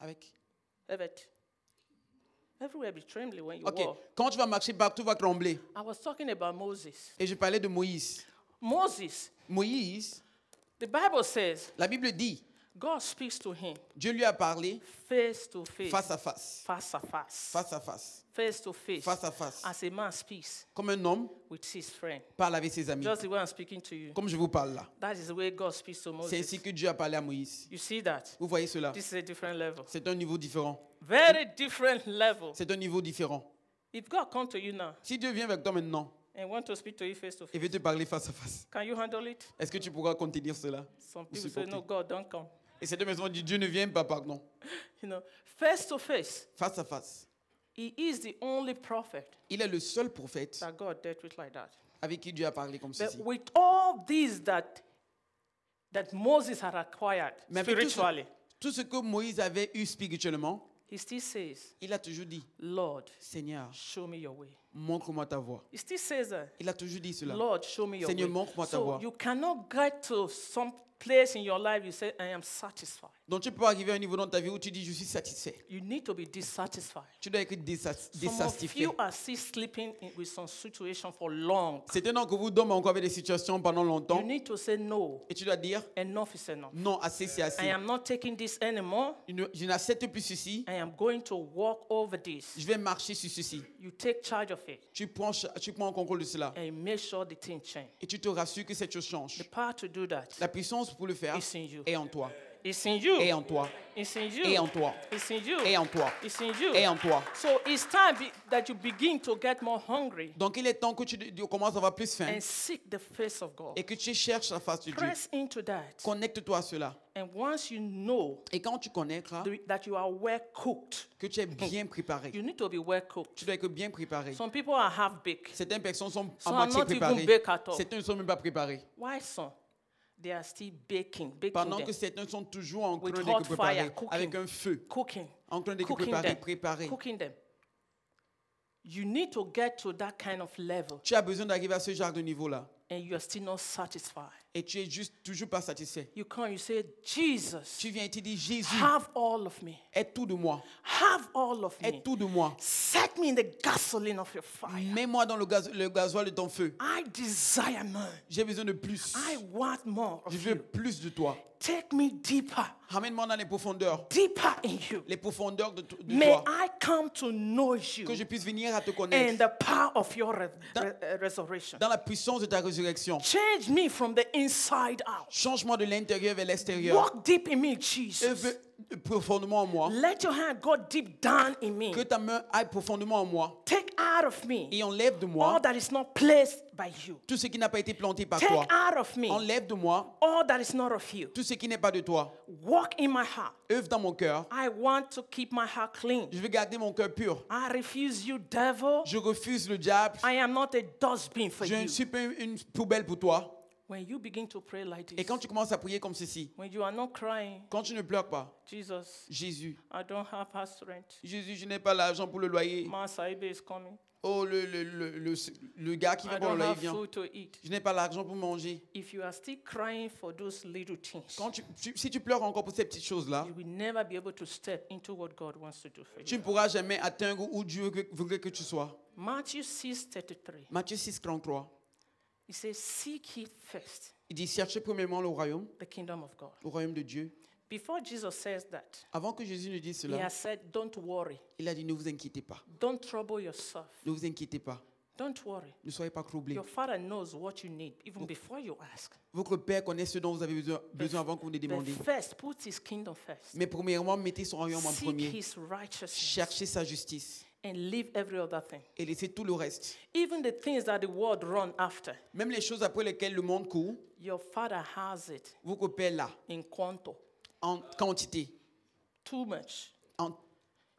B: Avec.
A: Evet. Everywhere be trembly when you
B: Ok.
A: walk.
B: Quand tu vas marcher, partout va trembler.
A: I was talking about Moses.
B: Et je parlais de Moïse.
A: Moses,
B: Moïse,
A: the Bible says
B: la Bible dit,
A: God speaks to him
B: Dieu lui a parlé
A: face to face,
B: face à face.
A: face à face,
B: Face à face.
A: face to face,
B: Face à face.
A: as a man speaks
B: Comme un homme
A: with his friend.
B: parle avec ses amis.
A: Just the way I'm speaking to you.
B: Comme je vous parle là.
A: That is the way God speaks to
B: C'est
A: Moses.
B: ainsi que Dieu a parlé à Moïse.
A: You see that?
B: Vous voyez cela
A: This is a different level.
B: C'est un niveau différent.
A: Very different level.
B: C'est un niveau différent.
A: If God come to you now
B: Si Dieu vient avec toi maintenant
A: and want to speak to you face to
B: et
A: face,
B: veut te parler face à face,
A: can you handle it?
B: est-ce que tu pourras contenir cela
A: Some
B: Ou
A: people say,
B: supporter
A: no, God, don't come.
B: Et cette maison dit Dieu ne vient pas, pardon.
A: You know, face to face,
B: Face à face.
A: he is the only prophet
B: Il est le seul prophète
A: that God dealt with like that.
B: avec qui Dieu a parlé comme
A: But
B: ceci.
A: with all these that that Moses had acquired
B: Mais avec tout ce,
A: spiritually,
B: tout ce que Moïse avait eu spirituellement,
A: he still says,
B: il a toujours dit
A: Lord,
B: Seigneur,
A: show me your way.
B: montre-moi ta voie.
A: He still says that.
B: Il a toujours dit cela.
A: Lord, show me your
B: Seigneur,
A: way.
B: montre-moi ta
A: so
B: voie.
A: you cannot get to some place in your life you say, I am satisfied.
B: Donc tu peux arriver à un niveau dans ta vie où tu dis je suis satisfait.
A: You need to be dissatisfied.
B: Tu dois être désas-
A: Some of
B: désatisfait.
A: you are still sleeping in, with some situation for long.
B: C'est un an que vous dormez encore avec des situations pendant
A: You
B: longtemps
A: need to say no.
B: et tu dois dire
A: Enough is enough.
B: non, assez c'est
A: I
B: assez.
A: am not taking this anymore.
B: Je ne- je n'accepte plus ceci.
A: I am going to walk over this.
B: Je vais marcher sur ceci.
A: You take charge of it
B: Tu prends, cha- tu prends en contrôle de cela
A: and make sure the thing change.
B: et tu te rassures que cette chose
A: The
B: change.
A: power to do that
B: La puissance pour le faire
A: is in you.
B: est en toi.
A: It's in
B: Est
A: you.
B: en toi.
A: It's in
B: Est en
A: you.
B: toi.
A: It's in you.
B: Est en toi.
A: It's in you.
B: Est en toi.
A: So it's time be- that you begin to get more hungry
B: Donc il est temps que tu de- de- commences à avoir plus faim
A: and seek the face of God.
B: et que tu cherches la face de Dieu.
A: Press into that.
B: Connecte-toi à cela.
A: And once you know
B: Et quand tu connecteras,
A: th- that you are well cooked,
B: que tu es bien préparé.
A: you need to be well cooked.
B: Tu dois être bien préparé.
A: Some people are half baked.
B: Certaines personnes sont à
A: Some are
B: moitié
A: not even
B: préparées.
A: baked at all.
B: Certains ne sont même pas préparés.
A: Why some? They are still baking, baking
B: Pendant
A: them,
B: que certains sont toujours en train
A: With
B: d'être
A: hot fire,
B: préparés
A: cooking.
B: avec un feu.
A: cooking,
B: En train d'être
A: cooking
B: préparés,
A: them,
B: préparés.
A: cooking them. You need to get to that kind of level,
B: Tu as besoin d'arriver à ce genre de niveau-là.
A: and you are still not satisfied.
B: Et tu es juste toujours pas satisfait.
A: You come, you say, Jesus,
B: Tu viens et tu dis Jésus,
A: have all of me,
B: aide tout de moi.
A: have all of me.
B: Aide tout de moi.
A: Set me in the gasoline of your fire.
B: Mets-moi dans le, gaz- le gasoil de ton feu.
A: I desire more.
B: J'ai besoin de plus.
A: I want more
B: Je
A: of
B: veux
A: you.
B: plus de toi.
A: Take me deeper,
B: Ramène-moi dans les profondeurs.
A: deeper in you.
B: Les profondeurs de, to- de
A: May
B: toi.
A: I come to know
B: Que
A: you
B: je puisse venir à te connaître.
A: and the power of your re- re- uh, resurrection.
B: dans la puissance de ta résurrection.
A: Change me from the inside out.
B: Change-moi de l'intérieur vers l'extérieur.
A: Walk deep in me,
B: Et
A: Jesus.
B: veux profondément en moi.
A: Let your hand go deep down in me.
B: Que ta main aille profondément en moi.
A: Take out of me
B: Et enlève de moi
A: all that is not placed by you.
B: tout ce qui n'a pas été planté par toi.
A: Take out of me
B: Enlève de moi
A: all that is not of you.
B: tout ce qui n'est pas de toi.
A: Walk in my heart.
B: Œuvre dans mon cœur.
A: I want to keep my heart clean.
B: Je veux garder mon cœur pur.
A: I refuse you, devil.
B: Je refuse le diable.
A: I am not a dustbin for
B: Je ne
A: you.
B: suis pas une poubelle pour toi.
A: When you begin to pray like
B: Et
A: this,
B: quand tu commences à prier comme ceci,
A: when you are not crying,
B: quand tu ne pleures pas,
A: Jesus,
B: Jésus,
A: I don't have house rent.
B: Jésus, je n'ai pas l'argent pour le loyer.
A: Ma Saibe is coming.
B: Oh, le, le, le, le, le gars qui
A: I
B: vient pour le
A: don't
B: loyer
A: have
B: vient.
A: food to eat.
B: Je n'ai pas l'argent pour manger.
A: If you are still crying for those little things,
B: Quand tu- tu- si tu pleures encore pour ces petites choses-là,
A: you will never be able to step into what God wants to do for
B: tu
A: you.
B: ne pourras jamais atteindre où Dieu veut veut que tu sois.
A: Matthew 6 33.
B: Matthieu 6, 33.
A: He says, Seek ye first
B: Il dit Cherchez premièrement le royaume,
A: the kingdom of God.
B: le royaume de Dieu.
A: Before Jesus says that,
B: Avant que Jésus ne dise
A: he
B: cela,
A: has said, Don't worry.
B: il a dit Ne vous inquiétez pas.
A: Don't trouble yourself.
B: Ne vous inquiétez pas.
A: Don't worry.
B: Ne soyez pas troublés.
A: Your father knows what you need even before you ask.
B: Votre Père connaît ce dont vous avez besoin, besoin avant que vous ne
A: But
B: demandiez.
A: first, put his kingdom first.
B: Mais premièrement, mettez son royaume en
A: Seek
B: premier.
A: his righteousness
B: Cherchez sa justice
A: and leave every other thing.
B: et laissez tout le reste.
A: Even the things that the world run after,
B: Même les choses après lesquelles le monde court,
A: your father has it
B: votre Père là,
A: in quanto.
B: en quantité,
A: Too much.
B: en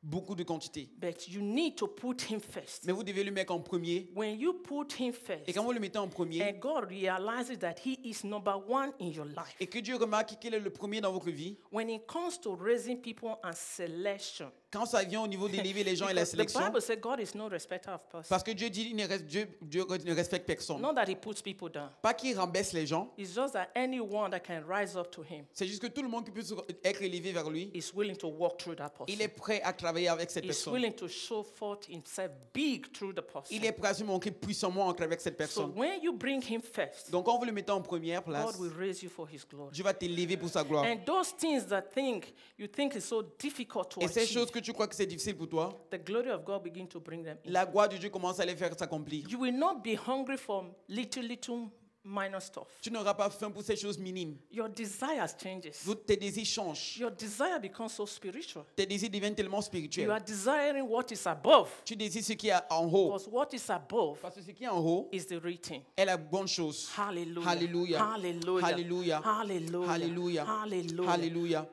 B: beaucoup de quantité.
A: But you need to put him first.
B: Mais vous devez le mettre en premier
A: When you put him first,
B: Et quand vous le mettez en premier,
A: and God realizes that he is number one in your life,
B: et que Dieu remarque qu'il est le premier dans votre vie,
A: when it comes to raising people and selection,
B: Quand ça vient au niveau d'élever les gens et la
A: Because the
B: sélection,
A: Bible says God is no respecter of person.
B: parce que Dieu dit il ne reste- Dieu, Dieu ne respecte personne.
A: Not that He puts people down.
B: Pas qu'il rembaisse les gens,
A: It's just that anyone that can rise up to Him
B: c'est juste que tout le monde qui peut se- être élevé vers lui,
A: is willing to walk through that person.
B: il est prêt à travailler avec cette
A: He's
B: personne.
A: willing to show forth Himself big through the person.
B: Il est prêt à se montrer puissamment en avec cette
A: So
B: personne.
A: when you bring Him first,
B: Donc, quand vous le mettez en première place,
A: God will raise you for His glory.
B: Dieu va t'élever pour sa gloire.
A: And those things that think you think is so difficult to
B: Et ces
A: achieve,
B: choses que tu crois que c'est difficile pour toi,
A: the glory of God begin to bring them in.
B: la gloire de Dieu commence à les faire s'accomplir.
A: You will not be hungry for little, little minor stuff.
B: Tu n'auras pas faim pour ces choses minimes.
A: Your desires changes.
B: Vous- Tes désirs changent.
A: Your desire becomes so spiritual.
B: Tes désirs deviennent tellement
A: You are
B: spirituels.
A: desiring what is above.
B: Tu désires ce qui est en haut.
A: Because what is above
B: Parce que ce qui est en haut
A: is the written.
B: est la bonne chose.
A: Hallelujah.
B: Hallelujah.
A: Hallelujah.
B: Hallelujah.
A: Hallelujah.
B: Hallelujah.
A: Hallelujah.
B: Hallelujah.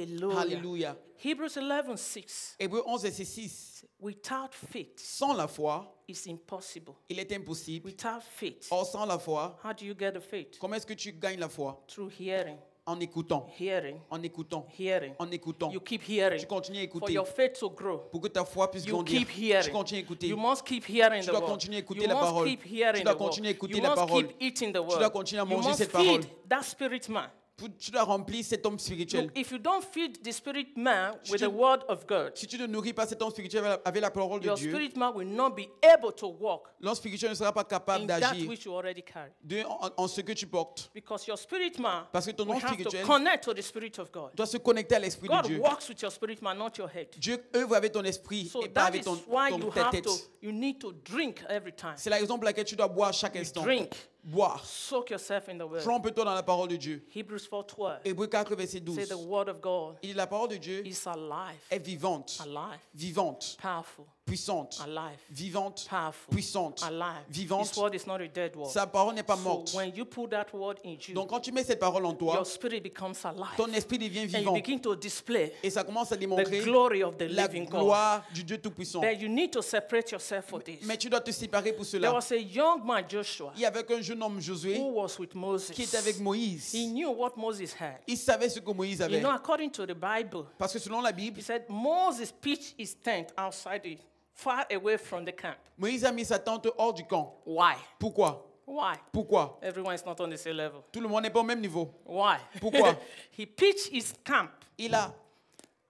A: Hallelujah.
B: Hallelujah.
A: Hebrews 11, 6.
B: Hébreu 11, verset 6.
A: Without faith,
B: Sans la foi,
A: it's impossible.
B: il est impossible.
A: Without faith,
B: Or, sans la foi,
A: how do you get the faith?
B: comment est-ce que tu gagnes la foi
A: Through hearing,
B: En écoutant.
A: hearing,
B: En écoutant.
A: hearing.
B: En écoutant.
A: You keep hearing.
B: Tu continues à
A: For
B: écouter.
A: your faith to grow,
B: Pour que ta foi puisse
A: you
B: grandir,
A: keep hearing.
B: tu continues à écouter.
A: You must keep hearing
B: Tu
A: the
B: dois
A: word.
B: continuer à écouter
A: you
B: la
A: must
B: parole.
A: keep hearing
B: Tu dois
A: the word.
B: continuer à écouter
A: you
B: la
A: must
B: parole.
A: keep eating the word.
B: dois continuer à
A: you
B: manger
A: must
B: cette
A: feed
B: parole.
A: that spirit man.
B: Pour- tu dois remplir cet homme spirituel.
A: Look, if you don't feed the spirit man with
B: tu-
A: the word of God,
B: Si tu ne nourris pas cet homme spirituel avec la- avec la parole de
A: your
B: Dieu,
A: spirit man will not be able to walk
B: l'homme spirituel ne sera pas capable
A: in that
B: d'agir
A: which you already carry.
B: de- en, en ce que tu portes.
A: Because your spirit man
B: Parce que ton
A: will
B: homme
A: have to
B: spirituel
A: connect to the spirit of God.
B: Tu dois se connecter à l'esprit de
A: God
B: Dieu.
A: walks with your spirit man, not your head.
B: Dieu œuvre avec ton esprit
A: So
B: et pas
A: that
B: avec
A: is
B: ton,
A: why
B: ton-
A: you
B: ta
A: have
B: tête.
A: to, you need to drink every time.
B: C'est la raison pour laquelle tu dois boire chaque instant.
A: Drink,
B: Boire.
A: soak yourself in the word.
B: Trempe-toi dans la parole de Dieu.
A: Hebrews 4:12.
B: Hébreu 4, verset
A: Say the
B: 12.
A: word of God
B: Il dit la parole de Dieu
A: is alive,
B: est vivante,
A: alive,
B: vivante,
A: powerful,
B: puissante,
A: alive,
B: vivante,
A: powerful,
B: puissante,
A: alive. His
B: vivante.
A: word is not a dead word.
B: Sa parole n'est pas
A: So
B: morte.
A: when you put that word in you,
B: Donc quand tu mets cette parole en toi,
A: your spirit becomes alive,
B: ton esprit devient
A: and you
B: vivant
A: begin to display
B: et ça commence à
A: the
B: démontrer
A: glory of the
B: la
A: living God.
B: gloire du Dieu Tout-Puissant.
A: But you need to separate yourself for this.
B: Mais tu dois te séparer pour
A: There
B: cela.
A: was a young man Joshua
B: Il y avait un jeune homme, Josué,
A: who was with
B: qui était avec
A: Moses. He
B: Moïse.
A: knew what Moses had.
B: Il savait ce que Moïse
A: You
B: avait.
A: know, according to the Bible,
B: Parce que selon la Bible,
A: he said Moses pitched his tent outside the, far away from the camp.
B: Moïse a mis sa tente hors du camp.
A: Why?
B: Pourquoi
A: Why?
B: Pourquoi
A: Everyone is not on the same level.
B: Tout le monde n'est pas au même niveau.
A: Why?
B: Pourquoi?
A: <laughs> he pitched his camp
B: Il a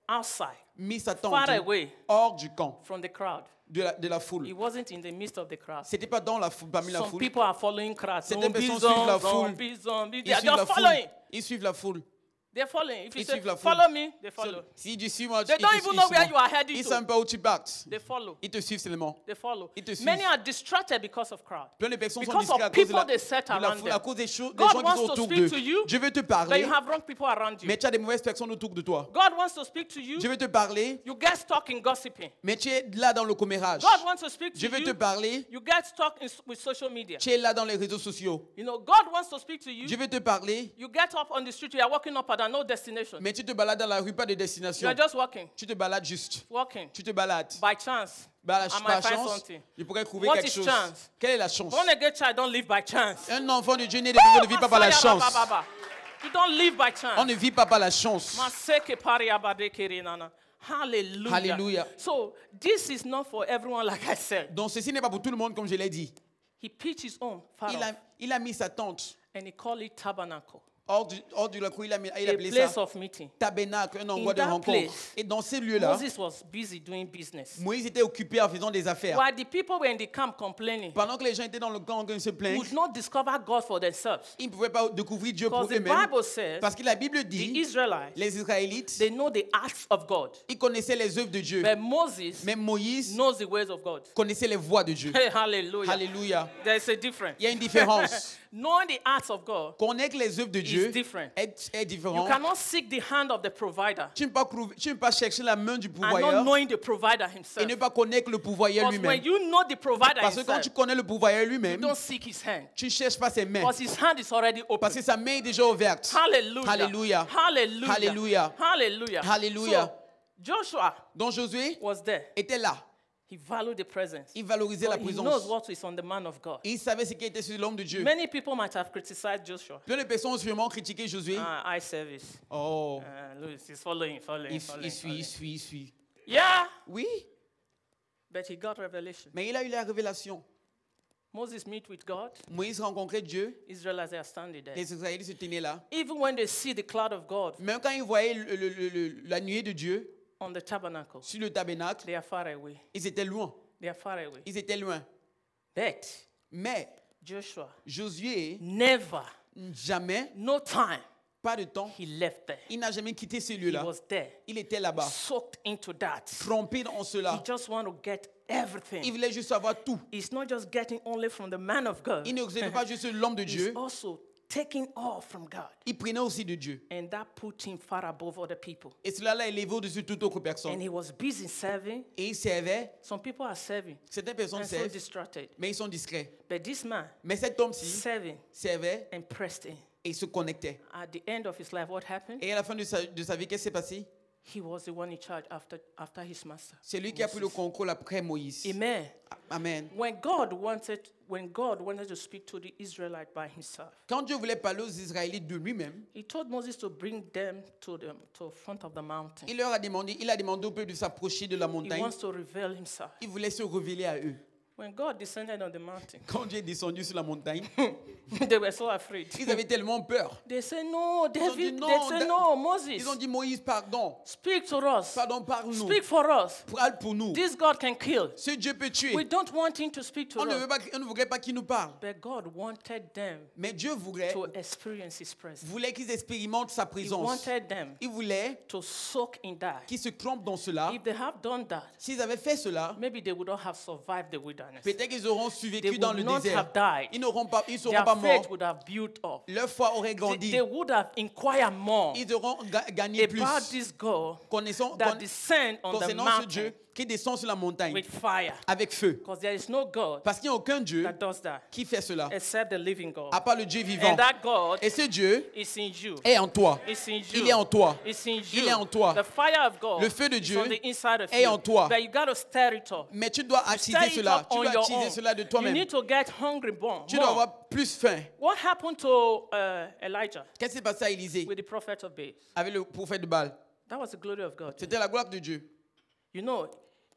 A: outside,
B: mis sa tente
A: far away
B: hors du camp
A: from the crowd.
B: de la, de la foule.
A: He wasn't in the midst of the crowd.
B: C'était pas dans la foule, parmi la
A: Some
B: foule.
A: people are following crowds.
B: Certaines
A: Zombies,
B: personnes suivent la foule.
A: zombies, zombies. They
B: Ils
A: are
B: suivent la
A: just
B: foule.
A: following.
B: Ils suivent la foule.
A: They're following. If you
B: Ils
A: say,
B: suivent la
A: follow
B: foule.
A: me, they follow.
B: S'ils disent suis-moi,
A: They
B: ils
A: don't
B: te
A: even
B: suivent
A: know where
B: seulement.
A: you are headed
B: Ils
A: to.
B: savent pas où tu partes.
A: They follow.
B: Ils te suivent seulement.
A: They follow.
B: Ils te
A: Many
B: suivent.
A: are distracted because of crowd.
B: Plein de personnes sont
A: Because of
B: distraites à cause de la,
A: people they set
B: de la
A: around
B: foule, à
A: them.
B: cause des, cho- des
A: God
B: gens qui
A: wants
B: sont
A: to
B: autour
A: speak
B: d'eux.
A: to you,
B: Je veux te
A: But
B: parler,
A: you have wrong people around you.
B: mais tu as des mauvaises personnes autour de toi.
A: God wants to speak to you.
B: Je veux te parler,
A: You get stuck in gossiping.
B: mais tu es là dans le commérage.
A: God wants to speak to
B: Je veux te
A: you.
B: parler,
A: You get stuck in, with social media.
B: tu es là dans les réseaux sociaux.
A: You know, God wants to speak to
B: Je
A: you.
B: veux te parler,
A: You get up on the street, you are walking up and down, no destination.
B: mais tu te balades dans la rue, pas de
A: You
B: destination.
A: are just walking,
B: Tu te balades juste.
A: walking.
B: Tu te balades.
A: By chance.
B: Bah,
A: I
B: je-
A: might
B: par
A: find
B: chance,
A: something.
B: je pourrais trouver
A: What
B: quelque
A: is
B: chose.
A: chance?
B: Quelle est la chance
A: Born again child don't live by
B: <laughs>
A: chance.
B: Un enfant de Dieu né de
A: Woo!
B: nouveau ne vit pas par la
A: Masaya
B: chance.
A: rabababa. You don't live by chance.
B: On ne vit pas par la chance.
A: Maseke pariabade kirinana. Hallelujah.
B: Hallelujah.
A: So this is not for everyone, like I said.
B: Donc ceci n'est pas pour tout le monde, comme je l'ai dit.
A: He pitched his own far
B: Il
A: off,
B: a, il a mis sa tente
A: and he called it tabernacle,
B: hors du, hors du la cour, il a, mis- il a
A: a
B: appelé
A: place
B: ça
A: of meeting.
B: tabernacle, un endroit de
A: that
B: rencontre.
A: place,
B: Et dans ces lieux-là,
A: Moses was busy doing business.
B: Moïse était occupé en faisant des affaires.
A: While the people were in the camp complaining,
B: Pendant que les gens étaient dans le camp en train de se plaindre,
A: would not discover God for themselves.
B: ils ne pouvaient pas découvrir Dieu pour
A: Because the
B: eux-mêmes.
A: Bible says
B: Parce que la Bible
A: the
B: dit,
A: Israelites,
B: les Israélites,
A: they know the acts of God.
B: ils connaissaient les œuvres de Dieu.
A: But Moses
B: Même Moïse
A: knows the ways of God. <laughs>
B: connaissait les voies de Dieu.
A: Hey, hallelujah.
B: Alléluia.
A: There's a difference.
B: Il y a
A: <laughs>
B: une différence.
A: Knowing the acts of God,
B: Connaître les œuvres de Dieu
A: different.
B: est, est
A: you
B: différent.
A: cannot seek the hand of the provider
B: Tu ne peux pas crou- tu ne peux pas chercher la main du
A: and not
B: pourvoyeur
A: knowing the provider
B: et
A: himself.
B: ne pas connaître le pourvoyeur
A: Because when
B: lui-même.
A: you know the provider
B: Parce que quand
A: himself,
B: tu connais le pourvoyeur
A: you
B: lui-même,
A: don't seek his hand.
B: tu ne cherches pas ses mains.
A: Because his hand is already open.
B: Parce que sa main est déjà ouverte.
A: Hallelujah.
B: Hallelujah.
A: Hallelujah.
B: Hallelujah.
A: Hallelujah.
B: Hallelujah.
A: So, Joshua
B: Donc Josué
A: was there.
B: était là.
A: He valued the presence.
B: Il valorisait la
A: But he knows
B: présence.
A: what is on the man of God.
B: Il savait ce qui était sur l'homme de Dieu.
A: Many people might have criticized Joshua.
B: Plein de personnes ont sûrement critiqué Josué.
A: Ah, eye service.
B: Oh,
A: Ah, Louis, he's following, following,
B: il,
A: following.
B: il suit,
A: following.
B: il suit, il suit.
A: Yeah,
B: Oui,
A: but he got revelation.
B: mais il a eu la révélation.
A: Moses meet with God.
B: Moïse rencontrait Dieu.
A: Israel as they are standing there.
B: Les Israélites se tenaient là.
A: Even when they see the cloud of God
B: Même quand ils voyaient le- le- le- le- la nuée de Dieu
A: on the tabernacle,
B: sur le tabernacle,
A: they are far away.
B: ils étaient loin.
A: They are far away.
B: Ils étaient loin.
A: But
B: Mais
A: Joshua
B: Josué,
A: never,
B: jamais,
A: no time,
B: pas de temps,
A: he left there.
B: il n'a jamais quitté ce
A: He
B: lieu-là.
A: was there,
B: Il était là-bas,
A: soaked into that.
B: trompé en
A: He
B: cela.
A: just want to get
B: Il
A: everything.
B: voulait juste savoir tout.
A: It's not just getting only from the man of God.
B: Il ne recevait pas juste l'homme de Dieu,
A: He's also taking all from God.
B: il prenait aussi de Dieu.
A: And that put him far above other people.
B: Et cela l'a élevé au-dessus de toute autre
A: And
B: personne.
A: he was busy serving.
B: Et il servait,
A: Some people are serving
B: certaines personnes
A: and so
B: servent,
A: distracted.
B: mais ils sont discrets.
A: But this man
B: Mais cet homme-ci
A: serving
B: servait
A: and pressed in.
B: et il se connectait.
A: At the end of his life, what happened?
B: Et à la fin de sa, de sa vie, qu'est-ce qui s'est passé
A: He was the one in charge after, after his master.
B: C'est lui qui a pris le contrôle après Moïse.
A: Amen.
B: Amen.
A: When God wanted, when God wanted to speak to the Israelite by himself,
B: Quand Dieu voulait parler aux Israélites de lui-même,
A: he told Moses to bring them to the to front of the mountain.
B: il leur a demandé, il a demandé au peuple de s'approcher de la
A: He
B: montagne.
A: wants to reveal himself.
B: Il voulait se révéler à eux.
A: When God descended on the mountain, <laughs>
B: Quand Dieu est descendu sur la montagne,
A: they were so afraid.
B: ils avaient tellement peur.
A: They say no, David.
B: dit non,
A: they say
B: Da-
A: no,
B: Ils ont
A: Moses.
B: dit Moïse, pardon,
A: Speak to us.
B: pardon, parle-nous,
A: Speak for us.
B: parle pour nous.
A: This God can kill.
B: Ce Dieu peut tuer.
A: We don't want him to speak to
B: On ne, veut
A: us.
B: pas, on ne voudrait pas qu'il nous parle.
A: But God wanted them
B: Mais Dieu voudrait,
A: to experience his presence.
B: voulait qu'ils expérimentent sa
A: He
B: présence.
A: wanted them
B: Il voulait
A: to soak in that.
B: qu'ils se trompent dans cela.
A: If they have done that,
B: S'ils avaient fait cela,
A: maybe they would not have survived the wilderness.
B: peut-être qu'ils auront
A: They
B: survécu dans
A: would
B: le
A: not
B: désert.
A: have died.
B: Ils n'auront pas, ils seront
A: Their
B: pas
A: faith
B: morts.
A: would have built up.
B: Leur foi aurait
A: They,
B: grandi.
A: they would have inquired more
B: Ils auront ga- gagné plus.
A: about this God
B: Connaissons,
A: that
B: con-
A: descend on the
B: concernant ce
A: mountain
B: Dieu qui descend sur la montagne
A: with fire.
B: avec feu.
A: Because there is no God
B: Parce qu'il n'y a aucun Dieu
A: that does that
B: qui fait cela,
A: except the living God.
B: à part le Dieu vivant.
A: And that God
B: Et ce Dieu
A: is in you.
B: est en toi.
A: It's in you.
B: Il est en toi.
A: It's in you.
B: Il est en toi.
A: The fire of God
B: Le feu de
A: is
B: Dieu
A: on the inside of
B: est
A: you.
B: en toi.
A: But you got to stir it up.
B: Mais tu dois
A: Stir
B: attiser
A: it
B: cela.
A: up
B: Tu
A: on
B: dois
A: your
B: attiser
A: own.
B: cela de
A: You
B: toi-même.
A: need to get hungry more.
B: Tu dois
A: more.
B: avoir plus faim.
A: What happened to uh, Elijah
B: Qu'est-ce qui s'est passé à Élisée
A: with the prophet of Baal?
B: avec le prophète de Baal
A: That was the glory of God.
B: C'était la gloire de Dieu.
A: You know,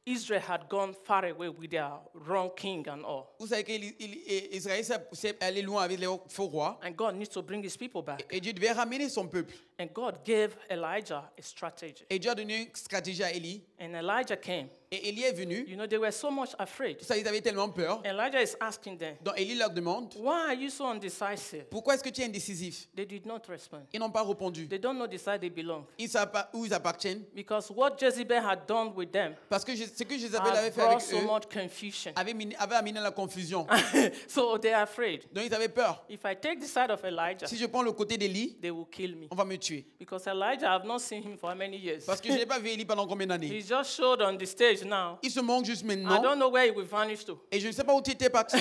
A: Israel had gone far away with their wrong king and all.
B: Vous savez qu'Israël s'est allé loin avec les faux rois.
A: And God needs to bring his people back.
B: Et Dieu devait ramener son peuple.
A: And God gave Elijah a strategy.
B: Et Dieu a donné une stratégie à Élie.
A: And Elijah came.
B: Et Élie est venu.
A: You know, they were so much afraid.
B: Ça, ils avaient tellement peur.
A: Elijah is asking them,
B: Donc Élie leur demande,
A: Why are you so undecisive?
B: pourquoi est-ce que tu es indécisif
A: They did not respond.
B: Ils n'ont pas répondu.
A: They don't know the side they belong.
B: Ils ne savent pas où ils appartiennent.
A: Because what Jezebel had done with them
B: Parce que je- ce que Jézabel avait
A: had
B: fait
A: brought
B: avec
A: so
B: eux
A: much confusion.
B: avait, mené- avait amené la confusion.
A: Ah. <laughs> so they are afraid.
B: Donc ils avaient peur.
A: If I take the side of Elijah,
B: Si je prends le côté d'Élie,
A: they will kill me.
B: on va me tuer.
A: Because Elijah, I've not seen him for many years.
B: Parce que je n'ai pas vu Élie pendant combien d'années.
A: He just showed on the stage now.
B: Il se manque juste
A: I
B: maintenant.
A: don't know where he will vanish to.
B: Et je ne sais pas où tu étais parti.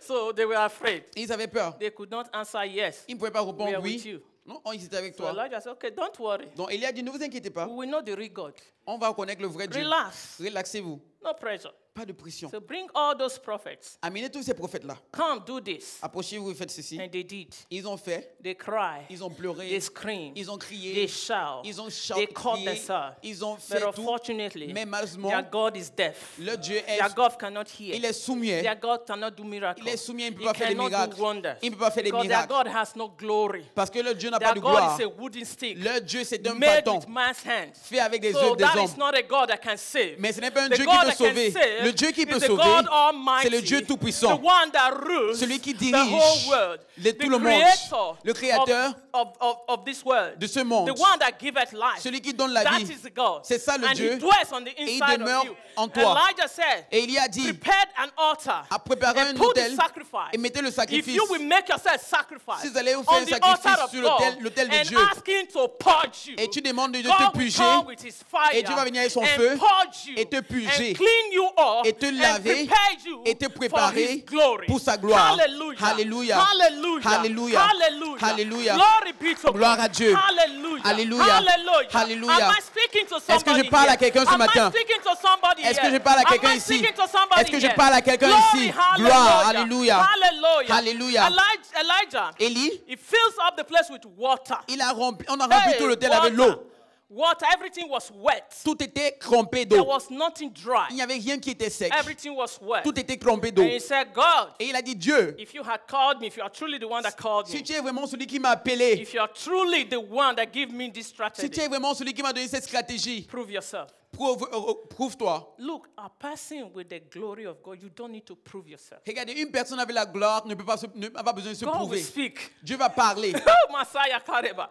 A: So they were afraid.
B: Ils avaient peur.
A: They could not answer yes.
B: Ils ne pouvaient pas
A: We
B: répondre
A: are with
B: oui.
A: you.
B: Non, oh, ils étaient avec
A: So
B: toi.
A: Elijah said, okay, don't worry.
B: Donc Élie a dit, ne vous inquiétez pas.
A: We will know the real God.
B: On va reconnaître le vrai Dieu.
A: Relax.
B: Relaxez-vous.
A: No pressure.
B: Pas de pression.
A: So bring all those prophets.
B: Amenez tous ces prophètes-là.
A: Come, do this.
B: Approchez-vous et faites ceci.
A: And they did.
B: Ils ont fait.
A: They cry.
B: Ils ont pleuré.
A: They scream.
B: Ils ont crié.
A: They shout.
B: Ils ont
A: They
B: chanté.
A: called themselves.
B: Ils ont
A: But
B: fait tout.
A: unfortunately,
B: Mais malheureusement,
A: their God is deaf.
B: Leur Dieu est.
A: Their God cannot hear.
B: Il est soumis.
A: Their God cannot do miracles.
B: Il est soumis, il ne peut
A: He
B: pas faire des
A: cannot do
B: miracles.
A: wonders.
B: Il ne peut pas faire des
A: Because their
B: miracles.
A: God has no glory.
B: Parce que leur Dieu n'a pas
A: Their
B: de
A: God
B: gloire.
A: is a wooden stick
B: Leur Dieu, c'est un
A: made
B: bâton
A: with man's hands.
B: fait avec les
A: So
B: œuvres des
A: that is
B: hommes.
A: not a God that can save.
B: Mais ce n'est pas un
A: The
B: Dieu qui
A: God
B: peut
A: that can
B: sauver.
A: save
B: Le Dieu qui
A: is
B: peut
A: the
B: sauver,
A: God Almighty,
B: c'est le Dieu Tout-Puissant.
A: The one that rules
B: Celui qui
A: the
B: dirige
A: whole world,
B: le-
A: the
B: tout le monde.
A: creator
B: Le Créateur
A: of, of, of, of this world,
B: de ce monde.
A: the one that giveth life.
B: Celui qui donne la
A: that
B: vie.
A: is the God.
B: C'est ça le
A: and
B: Dieu.
A: He dwells on the
B: il
A: inside
B: demeure
A: of you.
B: en toi.
A: Elijah said,
B: Et il y a dit,
A: prepared an altar
B: à préparer
A: and
B: un
A: put the
B: autel
A: sacrifice.
B: et mettez le
A: If
B: sacrifice.
A: you will make yourself sacrifice
B: Si vous allez vous faire
A: on
B: un
A: the
B: sacrifice
A: altar of
B: sur
A: God
B: l'autel- l'autel de
A: and
B: Dieu.
A: ask him to purge you,
B: Et tu demandes de Dieu
A: God
B: te
A: will
B: purger.
A: come with his fire
B: Et Dieu va venir avec son
A: and
B: feu
A: purge you
B: et te purger.
A: and clean you up
B: Et te
A: and
B: laver
A: prepare you
B: et te
A: for
B: préparer
A: his glory.
B: pour sa gloire.
A: Hallelujah.
B: Hallelujah.
A: Hallelujah.
B: Hallelujah.
A: Hallelujah.
B: Hallelujah.
A: Glory be to
B: Gloire
A: God.
B: à Dieu.
A: Hallelujah.
B: Hallelujah.
A: Hallelujah.
B: Hallelujah.
A: Am I speaking to
B: Est-ce que je
A: somebody
B: parle à
A: here?
B: quelqu'un ce
A: Am I
B: matin?
A: speaking to somebody
B: Est-ce que
A: here?
B: je parle à
A: Am I
B: quelqu'un ici?
A: speaking to somebody
B: Est-ce que je
A: here?
B: parle à quelqu'un
A: Glory,
B: ici? Gloire,
A: hallelujah.
B: hallelujah.
A: Hallelujah.
B: Hallelujah.
A: Elijah, Elijah,
B: Élie,
A: he fills up the place with water.
B: il a rempli, on a rempli
A: Hey,
B: tout l'autel
A: water.
B: avec l'eau.
A: Water, everything was wet.
B: Tout était trempé
A: There
B: d'eau.
A: was nothing
B: Il
A: dry.
B: n'y avait rien qui était sec.
A: Everything was wet.
B: Tout était trempé d'eau.
A: And he said, God,
B: Et il a dit, Dieu,
A: if you had called me, if you are truly the one that called
B: si
A: me,
B: tu es vraiment celui qui m'a appelé,
A: if you are truly the one that gave me this
B: si tu es
A: strategy,
B: vraiment celui qui m'a donné cette stratégie,
A: prove yourself.
B: prouve- euh, euh, prouve-toi.
A: Look, a person with the glory of God, you don't need to prove yourself.
B: Regardez, une personne avec la gloire ne peut pas, se- ne- n'a pas besoin de se
A: God will
B: prouver.
A: speak. <laughs>
B: Dieu va parler.
A: Oh, Messiah Kareba.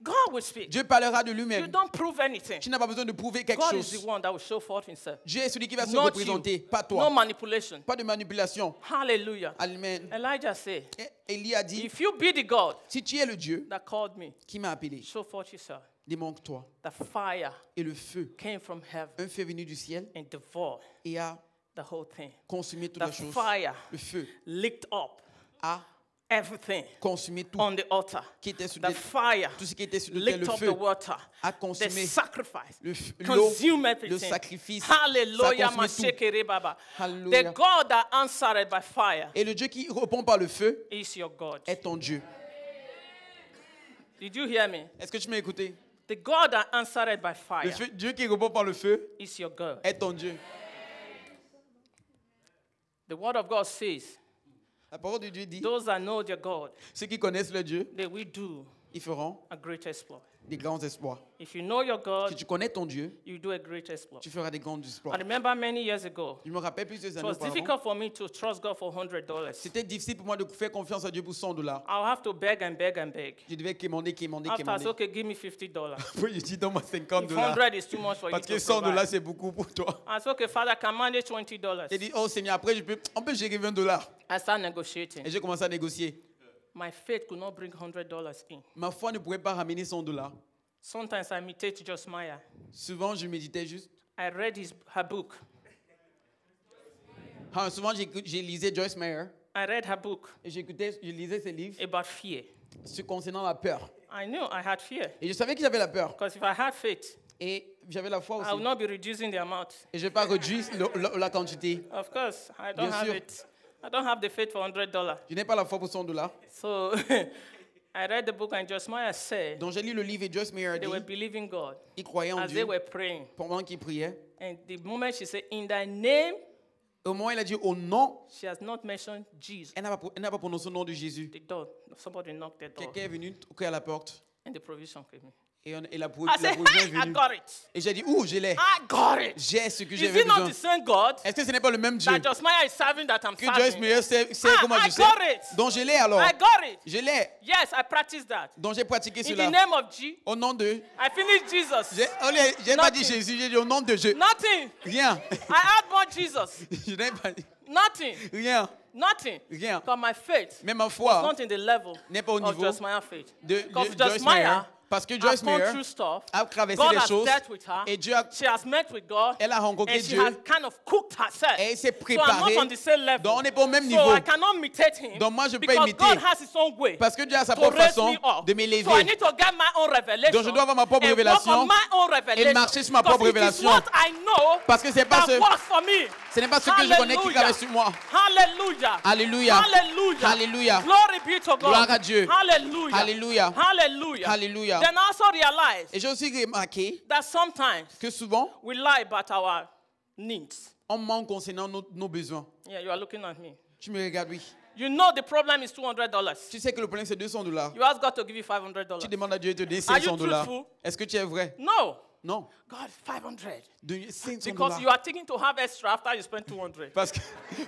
A: God will speak.
B: Dieu parlera de
A: You
B: lui-même.
A: don't prove anything.
B: Tu n'as pas besoin de prouver quelque
A: God is the
B: chose.
A: one that will show forth himself.
B: Dieu est celui qui va se
A: Not you.
B: représenter, pas
A: No
B: toi.
A: manipulation.
B: Pas de manipulation.
A: Hallelujah.
B: Amen.
A: Elijah said,
B: Et Élie a dit,
A: If you be the God
B: si tu es le Dieu
A: that called me,
B: qui m'a appelé,
A: show forth yourself.
B: démontre-toi.
A: The fire
B: Et le feu,
A: came from heaven
B: un feu venu du ciel,
A: and devoured
B: et a
A: the whole thing.
B: consumé toutes
A: The
B: les choses.
A: fire
B: Le feu
A: licked up
B: a
A: everything
B: consumé tout
A: on the altar.
B: qui était sur
A: The
B: le-
A: fire
B: tout ce qui était sur le
A: licked
B: le
A: up the
B: feu.
A: water.
B: a
A: The
B: consumé
A: sacrifice
B: le f- l'eau,
A: consume everything.
B: le sacrifice. Ça
A: Hallelujah,
B: consomme tout.
A: Mashekere Baba. The
B: Hallelujah.
A: God that answered by fire
B: Et le Dieu qui répond par le feu
A: is your God.
B: est ton Dieu.
A: Did you hear me?
B: Est-ce que tu m'as écouté?
A: The God that answered by
B: Le
A: fire
B: feu- Dieu qui répond par le feu
A: is your God.
B: est ton Dieu.
A: The Word of God says,
B: La parole de Dieu dit,
A: Those that know their God,
B: ceux qui connaissent le Dieu,
A: they will do
B: ils feront
A: a great exploit.
B: des grands espoirs.
A: If you know your
B: Si
A: God,
B: tu connais ton Dieu,
A: you do a great exploit.
B: tu feras des grands
A: I
B: espoirs.
A: remember many years ago,
B: Je me rappelle plusieurs
A: it
B: années
A: was
B: auparavant,
A: difficult for me to trust God for $100.
B: c'était difficile pour moi de faire confiance à Dieu pour 100 dollars.
A: I'll have to beg and beg and beg.
B: Je devais quémander, quémander,
A: After I
B: quémander. <laughs>
A: said, okay, give me $50.
B: Puis je dis, donne-moi 50
A: If
B: dollars.
A: 100 is too much for you
B: Parce que
A: to
B: 100
A: provide.
B: dollars, c'est beaucoup pour toi.
A: I said, okay, Father, can manage $20.
B: J'ai dit, oh Seigneur, après, je peux, on peut gérer 20 dollars.
A: I start
B: Et
A: negotiating.
B: j'ai commencé à négocier.
A: My faith could not bring $100 in.
B: Ma foi ne pouvait pas ramener 100 dollars.
A: Sometimes I imitate Josmaya.
B: Souvent, je méditais juste.
A: I read his, her book.
B: Ah, souvent, j'écoute- j'ai lisais Joyce Meyer.
A: I read her book
B: Et j'écoutais, je lisais ses livres
A: about fear.
B: ce concernant la peur.
A: I knew I had fear.
B: Et je savais que j'avais la peur.
A: Because if I had faith,
B: Et j'avais la foi
A: I will
B: aussi.
A: not be reducing the amount.
B: Et je n'ai pas réduit le- le- la quantité.
A: Of course, I don't
B: Bien
A: have
B: sûr.
A: it. I don't have the faith for $100.
B: Je n'ai pas la foi pour 100 dollars.
A: So <laughs> I read the book, and Josmaya said
B: Donc j'ai lu le livre et Joyce Meyer a
A: they
B: dit,
A: were believing God
B: il croyait en
A: as they
B: Dieu
A: were praying.
B: pendant qu'il priait.
A: And the moment she said, In thy name,
B: Au moment où il a dit, au nom,
A: she has not mentioned Jesus.
B: elle n'a pas, elle n'a pas prononcé le nom de Jésus.
A: The door, somebody knocked the door,
B: Quelqu'un est venu toquer à la porte
A: and the provision came in.
B: et, on- et la, pro-
A: I
B: la
A: said,
B: provision est
A: hey, I <laughs>
B: venue.
A: got it.
B: Et j'ai dit, ouh, je l'ai.
A: I got it.
B: J'ai ce que
A: Is
B: j'avais
A: it not
B: besoin.
A: the same God
B: Est-ce que ce n'est pas le même Dieu
A: that Josmaya is serving that I'm
B: que Joyce
A: serving?
B: Meyer sait, sait
A: Ah,
B: comment
A: I
B: je sais?
A: got it.
B: Donc je l'ai alors.
A: I got it.
B: Je l'ai.
A: Yes, I practiced that.
B: Donc j'ai pratiqué
A: In the
B: cela.
A: name of G,
B: Au nom de.
A: I finished Jesus.
B: J'ai oh, les- j'ai pas dit
A: Nothing.
B: Jésus, j'ai dit au nom de Dieu.
A: Nothing.
B: Rien. <laughs>
A: I had more Jesus.
B: Je n'ai pas dit.
A: Nothing.
B: Rien.
A: Nothing.
B: Rien.
A: Because my faith
B: Même ma
A: is
B: foi
A: not in the level
B: n'est pas au
A: of
B: niveau
A: Josmaya faith.
B: de, de
A: Because
B: Joyce Meyer.
A: Josmaya
B: Parce que
A: has
B: Joyce
A: gone
B: Meyer
A: through stuff.
B: a traversé
A: God
B: des
A: has
B: choses
A: dealt with her.
B: et Dieu a
A: She has met with God.
B: Elle a rencontré
A: and she
B: Dieu.
A: has kind of cooked herself.
B: Et elle s'est
A: So I'm
B: préparée.
A: not on the same level.
B: Donc, on n'est pas au même
A: So
B: niveau.
A: I cannot imitate him.
B: Donc, moi, je peux
A: because
B: imiter.
A: God has his own way.
B: Parce que Dieu a sa
A: to
B: propre
A: raise
B: façon
A: me up.
B: de m'élever.
A: So I need to get my own revelation.
B: Donc, je dois avoir ma propre
A: and
B: révélation
A: Work on my own revelation.
B: et marcher sur ma propre
A: Because it is
B: révélation.
A: what I know
B: Parce que c'est pas
A: that
B: ce-
A: works for me.
B: Ce n'est pas ce que je connais qui
A: Hallelujah.
B: travaille sur moi.
A: Hallelujah.
B: Alléluia.
A: Hallelujah.
B: Alléluia.
A: Glory be to God.
B: Gloire à Dieu.
A: Hallelujah.
B: Alléluia.
A: Hallelujah.
B: Alléluia.
A: Then I also realize
B: Et j'ai aussi remarqué
A: that sometimes
B: que souvent,
A: we lie about our needs.
B: on manque concernant nos, nos besoins.
A: Yeah, you are looking at me.
B: Tu me regardes, oui.
A: You know the problem is $200.
B: Tu sais que le problème, c'est 200 dollars.
A: You ask God to give you
B: Tu
A: $500.
B: demandes à Dieu de te donner
A: Are you
B: 500 dollars.
A: truthful?
B: Est-ce que tu es vrai?
A: No.
B: Non.
A: God, 500.
B: De 500
A: Because
B: dollars.
A: you are thinking to have extra after you spend 200.
B: Parce que,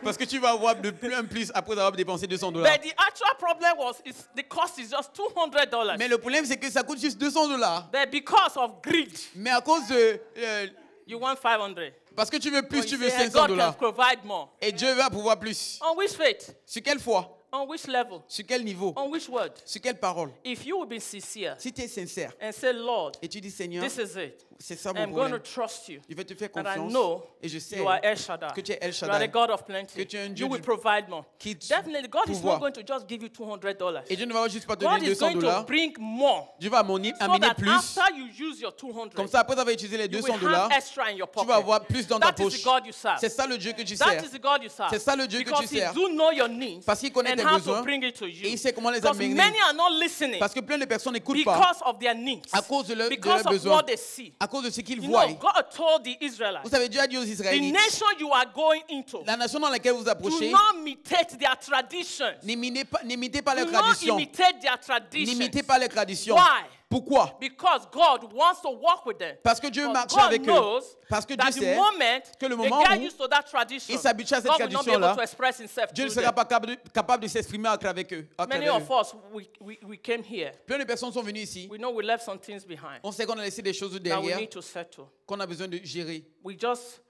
B: parce que tu vas avoir de plus en plus après avoir dépensé 200 dollars.
A: But the actual problem was is the cost is just $200.
B: Mais le problème, c'est que ça coûte juste 200 dollars.
A: But because of greed,
B: Mais à cause de. euh,
A: you want 500.
B: parce que tu veux plus,
A: You
B: tu veux
A: say,
B: 500
A: Oh, God can
B: dollars.
A: provide more.
B: Et Dieu va pouvoir plus.
A: On which faith?
B: Sur quelle foi?
A: On which level?
B: Sur quel niveau?
A: On which word?
B: Sur quelle parole?
A: If you will be sincere
B: Si tu es sincère
A: and say, Lord,
B: et tu dis Seigneur,
A: this is it.
B: C'est ça mon
A: I'm going
B: problème.
A: to trust you.
B: Je vais te faire
A: And I
B: confiance.
A: know
B: Et je sais
A: You are El Shaddai.
B: que tu es El
A: You are the
B: Shaddai.
A: God of plenty.
B: que tu es un Dieu
A: you will
B: du
A: provide more.
B: qui t-
A: Definitely, God is not
B: pouvoir.
A: going to just give you $200.
B: Et Dieu ne va juste pas te
A: God
B: donner
A: is
B: 200
A: going to
B: dollars.
A: bring more.
B: Dieu va amener
A: So
B: amener
A: that
B: plus.
A: after you use your 200,
B: Comme ça, après avoir utilisé les
A: you will
B: 200 dollars,
A: have extra in your
B: tu
A: pocket.
B: vas avoir plus dans ta
A: That is
B: poche.
A: the God you serve.
B: C'est ça le Dieu que tu sers.
A: That is the God you serve.
B: C'est ça le Dieu que tu
A: Because
B: sers.
A: he do know your needs
B: Parce qu'il connaît
A: and
B: tes
A: how
B: besoins
A: to bring it to you.
B: et il sait comment les
A: Because
B: amener.
A: many are not listening
B: Parce que plein de personnes n'écoutent pas
A: because of their needs,
B: à cause de, leur- de
A: because
B: leurs
A: of
B: besoins,
A: what they see.
B: à cause de ce qu'ils
A: You
B: voient.
A: know, God told the
B: Vous
A: Israelites,
B: savez, Dieu a dit aux
A: the
B: Israélites,
A: nation you are going into,
B: la nation dans laquelle vous
A: do
B: approchez,
A: not imitate their traditions.
B: n'imitez pas, n'imitez pas leurs
A: Do not
B: traditions.
A: imitate their traditions.
B: N'imitez pas leurs traditions.
A: Why?
B: Pourquoi
A: Because God wants to walk with them.
B: Parce que Dieu
A: But
B: marche
A: God
B: avec eux.
A: knows
B: Parce que Dieu
A: that the
B: sait
A: moment
B: que le
A: they
B: moment
A: get
B: où
A: used to that tradition,
B: ils s'habituent à cette
A: God will not be able
B: tradition-là,
A: to express himself
B: Dieu ne
A: through
B: sera
A: them.
B: pas capable de, capable de s'exprimer à travers eux. à
A: Many
B: travers
A: of
B: eux.
A: us, we, we, we came here.
B: Plein de personnes sont venues ici.
A: We know we left some things behind
B: On sait qu'on a laissé des choses
A: that we
B: derrière,
A: need to settle.
B: qu'on a besoin de gérer.
A: We just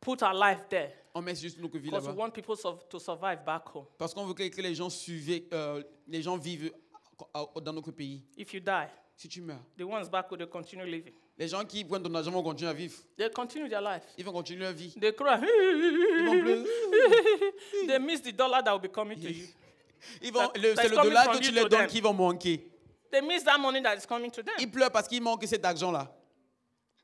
A: put our life there
B: On met juste nos vies
A: because we
B: là-bas.
A: want people so- to survive back home.
B: Parce qu'on veut que que les gens, suivaient, euh, les gens vivent à- à- dans notre pays.
A: If you die,
B: Si tu meurs,
A: the ones back home, they continue living.
B: les gens qui prennent ton argent vont continuer à vivre.
A: They continue their life.
B: Ils vont continuer leur vie.
A: They cry. <laughs>
B: Ils vont pleurer.
A: they miss the dollar that will be coming to you.
B: Ils vont-
A: That-
B: le-
A: that
B: C'est
A: is
B: le
A: coming
B: dollar
A: from
B: que
A: you
B: tu
A: to
B: leur donnes
A: them.
B: qui vont manquer.
A: They miss that money that is coming to them.
B: Ils pleurent parce qu'ils manquent cet argent-là.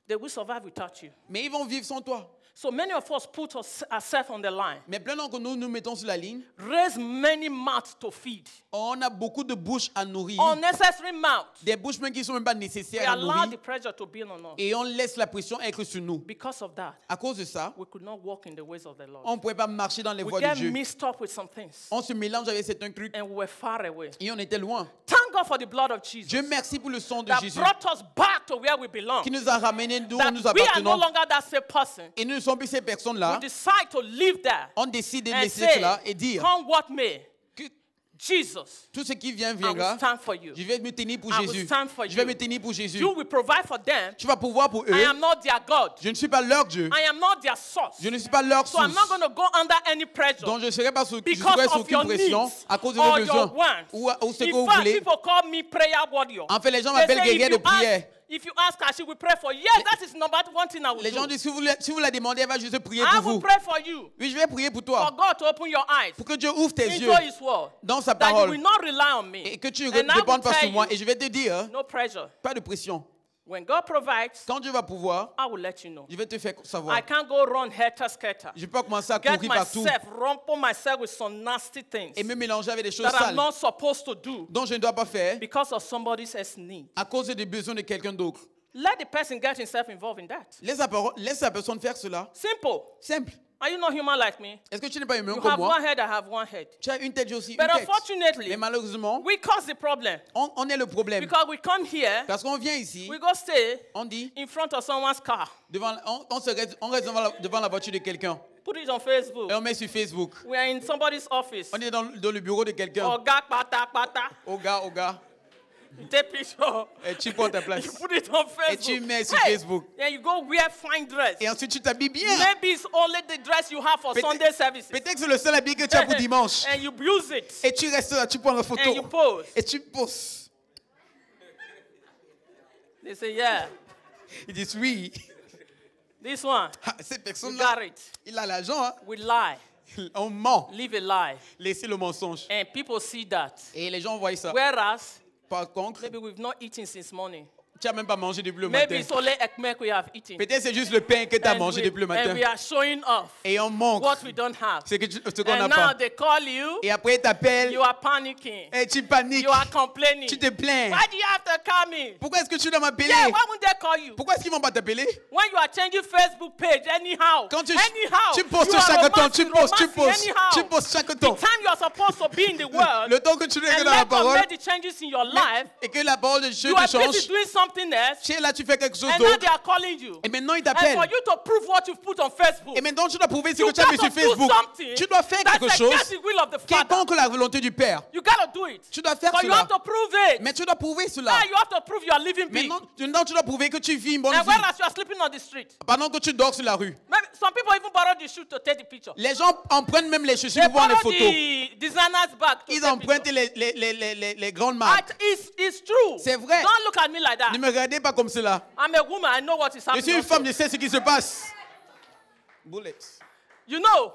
A: They will survive without you.
B: Mais ils vont vivre sans toi.
A: So many of us put us- ourselves on the line,
B: Mais plein d'entre nous, nous mettons sur la ligne.
A: raise many mouths to feed,
B: On a beaucoup de bouches à nourrir.
A: unnecessary mouths.
B: Des bouches même qui ne sont même pas
A: We
B: nécessaires à
A: allow the
B: nourrir.
A: pressure to build on us.
B: Et on laisse la pression être sur nous.
A: Because of that,
B: À cause de ça,
A: we could not walk in the ways of the Lord.
B: on ne pouvait pas marcher dans les
A: We
B: voies de
A: get
B: Dieu.
A: mixed up with some things,
B: On se mélange avec certains trucs
A: and we were far away.
B: et on était loin.
A: Thank God for the blood of Jesus
B: Dieu merci pour le sang de
A: that
B: Jésus
A: brought us back to where we belong.
B: qui nous a ramenés d'où
A: That
B: nous
A: we are no
B: appartenons.
A: longer that same person.
B: Et nous ne sommes plus ces
A: We
B: personnes-là.
A: decide to live there
B: On décide de
A: and
B: laisser
A: say,
B: cela et dire
A: "Come what may,
B: que
A: Jesus,
B: tout ce qui vient
A: I will
B: viendra.
A: stand for you.
B: Je vais me tenir pour
A: I will
B: Jésus.
A: stand for
B: Je vais
A: you.
B: me tenir pour Jésus.
A: You will provide for them.
B: Tu vas pouvoir pour
A: I
B: eux.
A: am not their God.
B: Je ne suis pas leur Dieu.
A: I am not their source.
B: Je ne suis pas leur
A: So I'm
B: source.
A: not going to go under any pressure.
B: Donc je ne serai pas sous, je
A: because
B: serai sous
A: of your
B: aucune pression
A: needs
B: à cause de
A: or
B: vos
A: your
B: besoins
A: wants.
B: ou, à- ou ce que
A: In
B: vous
A: fact,
B: voulez.
A: people call me prayer warrior.
B: En fait, les gens
A: They
B: m'appellent
A: say,
B: guerrier
A: if,
B: de
A: you ask,
B: prière.
A: if you ask her, she will pray for you. Yes, that is number one thing I will
B: Les gens
A: do.
B: disent si vous, la- si vous la demandez, elle va juste prier
A: I
B: pour
A: will
B: vous.
A: pray for you.
B: Oui, je vais prier pour
A: For
B: toi.
A: God to open your eyes
B: Pour que Dieu ouvre tes yeux
A: into His word.
B: dans sa
A: That you
B: parole
A: will not rely on me.
B: et que tu ne
A: And I will
B: dépendes pas
A: tell
B: sur moi.
A: you,
B: Et je vais te dire,
A: no pressure.
B: pas de pression.
A: When God provides,
B: Quand Dieu va pouvoir,
A: I will let you know.
B: je vais te faire
A: I
B: savoir.
A: can't go run helter skelter.
B: Je peux commencer à
A: Get
B: courir partout
A: myself, rumple myself with some nasty things
B: et me mélanger avec des choses
A: that I'm
B: sales
A: not supposed to do
B: dont je ne dois pas faire
A: because of somebody else's need.
B: à cause des besoins de quelqu'un d'autre.
A: Let the person get himself involved in that.
B: Laisse la, parole- laisse la personne faire cela.
A: Simple.
B: Simple.
A: Are you not human like me?
B: Est-ce que tu n'es pas humain
A: You
B: comme
A: have
B: moi
A: one head, I have one head.
B: Tu as une tête, j'ai aussi une
A: But
B: tête.
A: unfortunately,
B: Mais malheureusement,
A: we cause the problem
B: on, on est le problème.
A: because we come here,
B: Parce qu'on vient ici,
A: we go stay
B: on dit,
A: in front of someone's car,
B: devant, on, on se reste, on reste devant, la, devant la voiture de quelqu'un
A: put it on
B: et
A: Facebook.
B: on met sur Facebook.
A: We are in somebody's office.
B: On est dans, dans le bureau de quelqu'un.
A: Or gag, pata, pata.
B: Au gars, au gars,
A: You take picture.
B: et tu prends ta <laughs>
A: You
B: place.
A: put it on Facebook.
B: Et tu mets sur Facebook.
A: Then you go wear fine dress.
B: Et ensuite, tu t'habilles bien.
A: Maybe it's only the dress you have for
B: Peut-
A: Sunday services.
B: Peut-être que c'est le seul habit que tu as pour dimanche.
A: and you use it.
B: Et tu restes là, tu prends la
A: And you
B: photo.
A: pose.
B: Et tu poses.
A: They say, yeah,
B: Ils disent oui.
A: this one,
B: Ah, Cette
A: you
B: personne-là,
A: got it.
B: il a l'argent. hein.
A: We lie,
B: On ment.
A: live a lie.
B: Laissez le mensonge.
A: And people see that.
B: Et les gens voient ça.
A: Whereas,
B: Par contre,
A: maybe we've not eaten since morning.
B: tu n'as même pas mangé depuis le
A: Maybe
B: matin.
A: it's only ekmek we have eaten.
B: Peut-être c'est juste le pain que tu as
A: And
B: mangé
A: we,
B: depuis le
A: and
B: matin.
A: we are showing off
B: Et on manque
A: what we don't have.
B: ce que tu- ce qu'on n'a
A: And now
B: pas.
A: they call you,
B: Et après, ils t'appellent
A: you are panicking.
B: et tu paniques.
A: You are complaining.
B: Tu te plains.
A: Why do you have to call me?
B: Pourquoi est-ce que tu dois m'appeler
A: Yeah, why won't they call you?
B: Pourquoi est-ce qu'ils ne vont pas t'appeler
A: When you are changing Facebook page, anyhow,
B: Quand tu,
A: anyhow,
B: tu postes
A: you are
B: chaque temps,
A: romancing,
B: tu postes, tu
A: romancing
B: postes,
A: anyhow.
B: tu postes chaque
A: The
B: temps.
A: time you are supposed to be in the world,
B: Le temps que tu
A: and
B: regardes dans la
A: let God
B: parole
A: make the changes in your life,
B: et que la parole de Dieu
A: you are
B: te
A: busy
B: change,
A: doing something else,
B: tu es là, tu fais quelque chose
A: and now
B: d'autre.
A: they are calling you.
B: Et maintenant, ils
A: And for
B: t'appellent.
A: you to prove what you've put on Facebook,
B: Et maintenant, tu dois prouver ce
A: you
B: que tu as mis sur
A: gotta do
B: Facebook.
A: something
B: Tu dois faire
A: that's
B: quelque chose
A: against the will of the
B: qui est
A: Father.
B: contre la volonté du Père.
A: You gotta do it.
B: Tu dois faire
A: But you
B: cela.
A: have to prove it.
B: Mais tu dois prouver cela.
A: Now you have to prove you are living big.
B: Maintenant, maintenant, tu dois prouver que tu vis une bonne
A: And
B: vie.
A: whereas you are sleeping on the street,
B: Pendant que tu dors sur la rue.
A: maybe some people even borrow the shoe to take the picture.
B: Les gens en prennent même les chaussures
A: They
B: pour voir les
A: borrow
B: photos.
A: the, designers back. To
B: Ils
A: take
B: empruntent
A: picture.
B: les, les, les, les, les- les grandes marques.
A: That is, it's true.
B: C'est vrai.
A: Don't look at me like that.
B: Ne me regardez pas comme cela.
A: I'm a woman. I know what is
B: Je
A: happening.
B: suis une
A: also.
B: femme, je sais ce qui se passe. Bullets.
A: You know,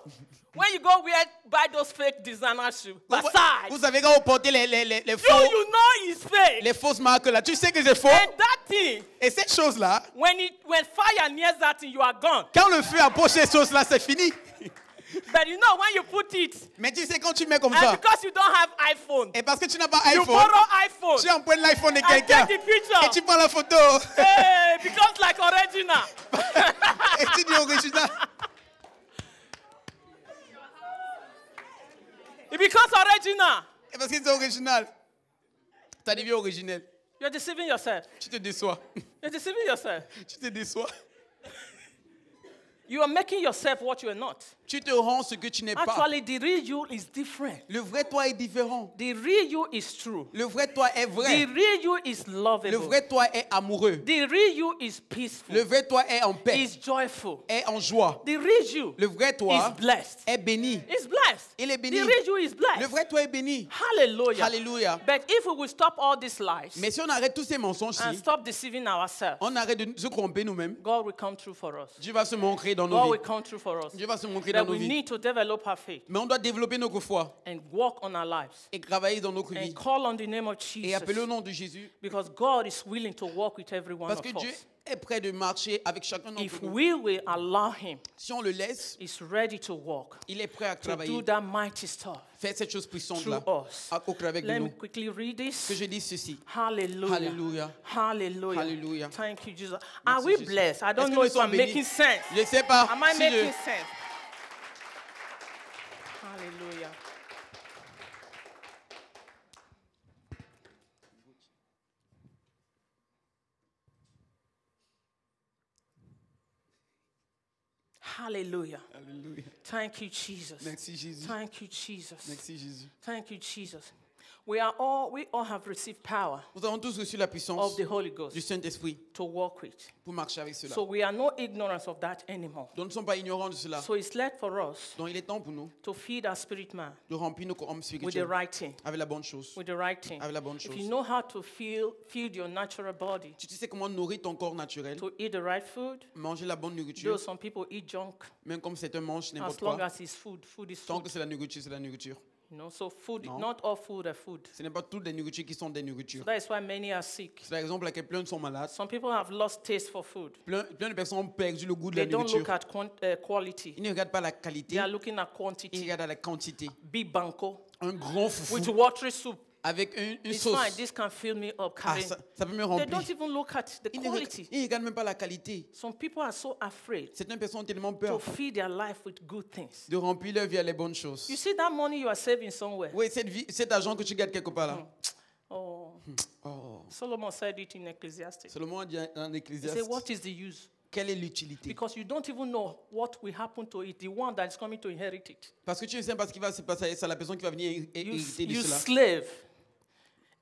A: when you go where buy those fake designer shoes,
B: Vous,
A: Versailles,
B: vous savez quand vous portez les, les, les, les
A: you
B: faux,
A: you know it's fake.
B: les fausses marques là, tu sais que c'est faux.
A: And that thing,
B: Et cette chose-là,
A: when it when fire nears that thing, you are gone.
B: quand le feu approche cette chose-là, c'est fini.
A: But you know when you put it,
B: Mais tu sais quand Ah, tu mets comme
A: and
B: ça,
A: because you don't have iPhone,
B: et parce que tu n'as pas
A: you
B: iPhone,
A: borrow
B: tu
A: iPhone
B: empruntes l'iPhone de
A: and
B: quelqu'un
A: take
B: et
A: the picture.
B: tu prends la photo <laughs>
A: Hey, because like original.
B: et tu dis au résultat,
A: It becomes original.
B: et parce que c'est original. Ça devient originel.
A: You're deceiving yourself.
B: Tu te déçois. <laughs>
A: You're deceiving yourself.
B: Tu te déçois.
A: You are making yourself what you are not.
B: Tu te rends ce que Ah, tu n'es pas.
A: Actually, the real you is different.
B: Le vrai toi est différent.
A: The real you is true.
B: Le vrai toi est
A: The
B: vrai.
A: real you is
B: Le
A: lovable.
B: vrai toi est amoureux.
A: The real you is peaceful.
B: Le vrai toi est en paix,
A: Is joyful.
B: est en joie.
A: The real you
B: Le vrai
A: is
B: toi
A: blessed.
B: est béni.
A: It's blessed.
B: Il est béni.
A: The real you is blessed.
B: Le vrai toi est béni.
A: Hallelujah.
B: Hallelujah.
A: But if we will stop all these lies
B: Mais si on arrête tous ces
A: and
B: mensonges-ci,
A: stop deceiving ourselves,
B: on arrête de se tromper nous-mêmes,
A: God will come true for us.
B: Dieu va se montrer dans
A: God
B: nos
A: will
B: vies.
A: come true for us.
B: Dieu va se
A: But
B: montrer dans nos
A: Oh, we
B: vies.
A: need to develop our faith.
B: Mais on doit développer notre foi
A: and walk on our lives
B: et travailler dans notre vie
A: and call on the name of
B: et
A: Jesus
B: appeler au nom de Jésus
A: because God is willing to walk with every one
B: parce
A: of
B: que Dieu
A: us.
B: est prêt de marcher avec chacun
A: If
B: d'entre nous.
A: we will allow Him,
B: Si on le laisse,
A: He's ready to walk
B: il est prêt à
A: to do
B: travailler,
A: that mighty stuff
B: faire cette chose
A: through
B: puissante-là,
A: us.
B: à- au travers de
A: Let me
B: nous.
A: quickly read
B: Que
A: this.
B: je dise ceci.
A: Hallelujah.
B: Hallelujah.
A: Hallelujah.
B: Hallelujah.
A: Thank you, Jesus. Are we
B: Jésus.
A: blessed? I
B: Est-ce
A: don't
B: que
A: know
B: nous
A: if
B: sommes
A: I'm
B: bénis?
A: making sense.
B: Je ne sais pas
A: Am I
B: si je-
A: making sense? Hallelujah. Hallelujah.
B: Alléluia.
A: Thank you, Jesus.
B: Merci Jésus.
A: Thank you, Jesus.
B: Merci Jésus.
A: Thank you, Jesus. We are all we all have received power
B: Nous avons tous reçu la
A: of
B: puissance
A: the Holy
B: du
A: Ghost
B: Saint-Esprit
A: to walk with.
B: pour marcher avec cela.
A: So we are no ignorance of that anymore.
B: Nous ne sommes pas ignorants de cela.
A: So it's led for us
B: Donc il est temps pour nous
A: to feed our spirit man
B: de remplir nos hommes
A: with the
B: spirituels
A: right thing.
B: avec la bonne chose.
A: With the right thing.
B: Avec la bonne
A: If
B: chose.
A: you know how to feel, feed your natural body,
B: Tu sais comment nourrir ton corps naturel,
A: to eat the right food,
B: manger la bonne
A: though
B: nourriture,
A: some people eat junk
B: même comme certains mangent
A: as
B: n'importe
A: long
B: quoi.
A: as it's food. Food is
B: Tant
A: food.
B: que c'est la nourriture, c'est la nourriture.
A: You know, so food,
B: Non.
A: not all food are food.
B: Ce n'est pas toutes les nourritures qui sont des nourritures.
A: That is why many are sick.
B: C'est la raison pour laquelle plein sont malades.
A: Some people have lost taste for food.
B: Plein, plein de personnes ont perdu le goût de
A: They
B: la
A: don't look
B: nourriture.
A: at quan- uh, quality.
B: Ils ne regardent pas la
A: They
B: qualité,
A: are looking at
B: ils
A: quantity.
B: regardent la quantité.
A: Big banco
B: Un grand
A: with
B: foufou
A: watery soup.
B: avec un- une
A: It's
B: sauce.
A: fine. This can fill me up,
B: Ah,
A: Karen.
B: ça, ça peut me
A: They
B: remplir.
A: don't even look at the
B: Ils ne reg-
A: quality.
B: ils ne regardent même pas la qualité.
A: Some people are so afraid
B: Certaines personnes ont tellement
A: to
B: peur
A: feed their life with good things.
B: de remplir leur vie à les bonnes
A: You
B: choses.
A: see that money you are saving somewhere.
B: Oui, cette vie, cet argent que tu gardes quelque part là.
A: Oh,
B: Oh.
A: Solomon said it in Ecclesiastes.
B: Seulement dit en
A: He said,
B: Ecclésiaste,
A: "What is the use?
B: quelle est l'utilité
A: Because you don't even know what will happen to it. The one that is coming to inherit it.
B: Parce que tu ne sais pas ce qui va se passer, c'est la personne qui va venir hé- hé-
A: You, s-
B: hériter de
A: you
B: cela.
A: slave,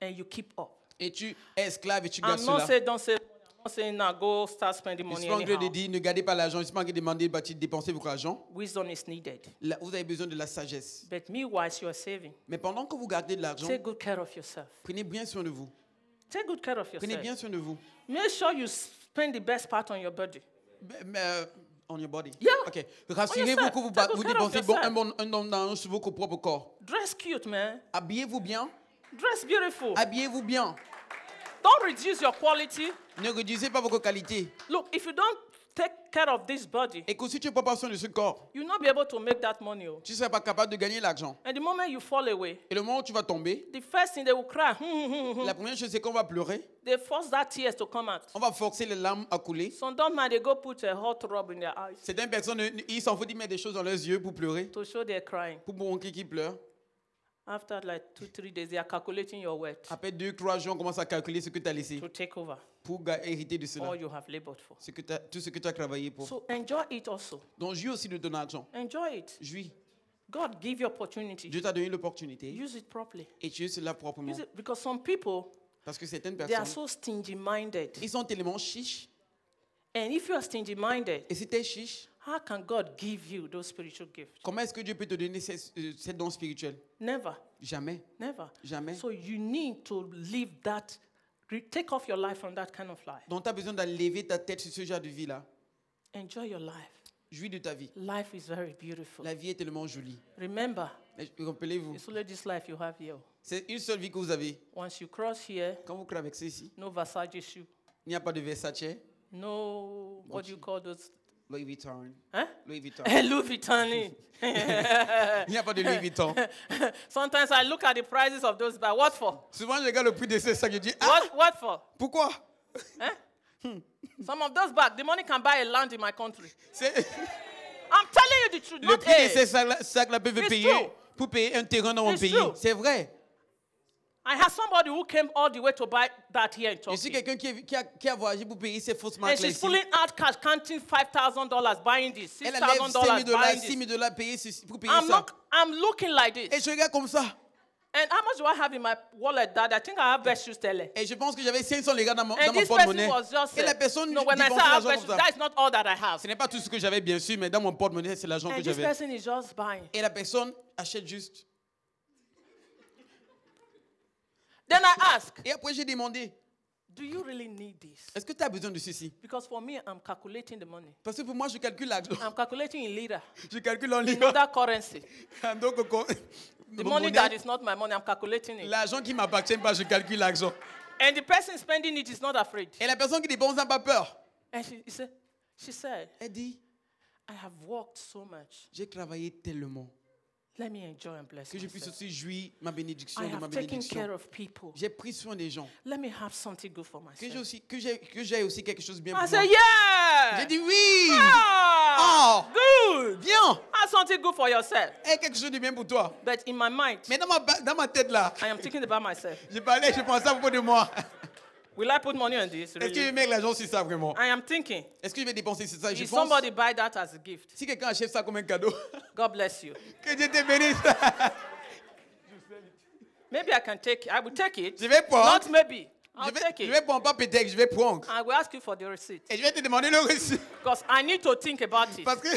A: and you keep up.
B: Et tu es esclave et tu gardes
A: I'm not
B: cela.
A: saying don't say. I'm not saying now go start spending
B: Je suis
A: money
B: pas en train de
A: anyhow.
B: dire, ne gardez pas l'argent. Je suis pas en train de demander bah, tu dépensez votre argent.
A: Wisdom is needed.
B: Là, vous avez besoin de la sagesse.
A: But meanwhile, you are saving.
B: Mais pendant que vous gardez de l'argent,
A: Take good care of yourself.
B: prenez bien soin de vous.
A: Take good care of
B: Prenez
A: yourself.
B: bien soin de vous.
A: Make sure you spend the best part on your body.
B: Mais- mais, euh, on your body.
A: Yeah.
B: Ok. Rassurez-vous
A: yourself.
B: que vous,
A: Take
B: ba-
A: good
B: vous
A: care of
B: dépensez bon, un
A: yourself.
B: bon un bon argent sur votre propre corps.
A: Dress cute, man.
B: Habillez-vous bien.
A: Dress beautiful.
B: Habillez-vous bien.
A: Don't reduce your quality.
B: Ne réduisez pas votre qualité.
A: Look, if you don't take care of this body,
B: Et que si tu ne prends pas soin de ce corps,
A: you'll not be able to make that money. oh.
B: tu ne seras pas capable de gagner l'argent.
A: And the moment you fall away,
B: Et le moment où tu vas tomber,
A: the first thing they will cry, <laughs> hmm, hmm, hmm, hmm.
B: la première chose, c'est qu'on va pleurer.
A: they force that tears to come out.
B: On va forcer les larmes à couler.
A: Some don't mind, they go put a hot rub in their eyes
B: Certaines personnes, euh, ils s'en foutent, ils mettent des choses dans leurs yeux pour pleurer,
A: to show they're crying.
B: pour montrer qu'ils pleurent.
A: After like two, three days, they are calculating your worth
B: Après deux, trois jours, on commence à calculer ce que tu as laissé
A: to take over
B: pour ga- hériter de cela,
A: all you have labored for.
B: ce que t'as- tout ce que tu as travaillé pour.
A: So enjoy it also.
B: Donc, jouis aussi de ton argent.
A: Enjoy it.
B: Jouis.
A: God give you opportunity.
B: Dieu t'a donné l'opportunité
A: Use it properly.
B: et tu uses cela
A: Use
B: proprement.
A: it because some people
B: Parce que certaines
A: they are so
B: personnes,
A: stingy minded.
B: ils sont tellement chiches.
A: And if you are stingy minded,
B: Et si tu es chiche,
A: How can God give you those spiritual gifts?
B: Comment est-ce que Dieu peut te donner ces, euh, ces dons spirituels
A: Never,
B: Jamais.
A: never.
B: Jamais.
A: So you need to live that, re- take off your life from that kind of life.
B: Donc, tu as besoin d'enlever ta tête sur ce genre de vie-là.
A: Enjoy your life.
B: Jouis de ta vie.
A: Life is very beautiful.
B: La vie est tellement jolie.
A: Remember,
B: Mais Rappelez-vous,
A: it's only this life you have here.
B: c'est une seule vie que vous avez.
A: Once you cross here,
B: Quand vous traversez ici,
A: no Versace shoe,
B: il n'y a pas de Versace,
A: no, what do you call those?
B: Louis Vuitton.
A: Huh?
B: Louis
A: <laughs>
B: Vuitton.
A: Louis
B: <laughs>
A: Vuitton.
B: Il n'y a pas de Louis Vuitton.
A: Sometimes I look at the prices of those bags. What for?
B: Souvent, je regarde le prix de ces sacs et je dis Ah,
A: What, what for?
B: pourquoi
A: Some of those bags, the money can buy a land in my country.
B: C'est-
A: I'm telling you the truth.
B: Le
A: Not
B: prix de
A: a.
B: ces sacs-là sacs-là peuvent
A: It's
B: payer
A: true.
B: pour payer un terrain dans mon
A: It's
B: pays.
A: true.
B: C'est vrai.
A: I had somebody who came all the way to buy that here in
B: Je suis
A: Turkey.
B: quelqu'un qui, est- qui a, qui a voyagé pour payer ses fausses
A: And
B: marques.
A: she's
B: ici.
A: pulling out cash, counting $5,000, buying this,
B: Elle enlève 5 000
A: $6,000,
B: dollars,
A: buying
B: 6 000
A: this.
B: dollars payés ceci- pour payer
A: I'm,
B: ça.
A: look, I'm looking like
B: Et
A: this.
B: je regarde comme ça.
A: And how much do I have in my wallet, Dad? I think I have best shoes tele.
B: Et je pense que j'avais 500 les gars dans mon,
A: And
B: dans mon
A: this person
B: porte-monnaie.
A: was just.
B: Et la
A: uh,
B: personne
A: no, when I
B: dépensait
A: say I have
B: l'argent
A: best
B: comme
A: shoes,
B: ça.
A: that is not all that I have.
B: Ce n'est pas tout ce que j'avais, bien sûr, mais dans mon porte-monnaie, c'est l'argent que
A: And this
B: j'avais.
A: person is just buying.
B: Et la personne achète juste.
A: Then I ask,
B: Et après, j'ai demandé,
A: do you really need this?
B: est-ce que tu as besoin de ceci
A: Because for me, I'm calculating the money.
B: Parce que pour moi, je calcule l'argent.
A: I'm calculating in lira,
B: Je calcule en
A: in
B: livre.
A: other currency.
B: <laughs> Donc, on-
A: The
B: mon
A: money
B: monnaie,
A: that is not my money, I'm calculating it.
B: l'argent qui ne m'appartient pas, je calcule l'argent.
A: And the person spending it is not afraid.
B: Et la personne qui dépense n'a pas peur.
A: And she, she said, she said,
B: Elle dit,
A: I have worked so much.
B: j'ai travaillé tellement
A: Let me enjoy and bless
B: que je puisse
A: myself.
B: aussi jouir ma bénédiction
A: I
B: de ma
A: have taken care
B: bénédiction.
A: of people.
B: J'ai pris soin des gens.
A: Let me have something good for
B: Que j'ai
A: myself.
B: aussi, que j'ai, que j'ai aussi quelque chose de bien
A: I
B: pour
A: said,
B: moi. J'ai
A: yeah!
B: dit oui.
A: Ah, Good!
B: Viens,
A: Have something good for yourself.
B: aie quelque chose de bien pour toi.
A: But in my mind,
B: Mais dans ma, ba- dans ma tête là,
A: I am thinking about myself.
B: je parlais, je pensais à propos de moi.
A: Will I put money on this?
B: Est-ce que je vais
A: Really?
B: mettre l'argent sur ça vraiment
A: I am thinking,
B: Est-ce que je vais dépenser sur ça Je
A: if
B: pense.
A: somebody buy that as a gift,
B: Si quelqu'un achète ça comme un cadeau, <laughs>
A: God bless you.
B: que Dieu te bénisse.
A: Maybe I can take it. I will take it.
B: Je vais prendre.
A: Not maybe. I'll
B: Je vais,
A: take
B: je
A: it.
B: vais prendre pas peut-être, je vais prendre.
A: I will ask you for the receipt
B: Et je vais te demander le reçu.
A: because I need to think about it.
B: Parce que <laughs>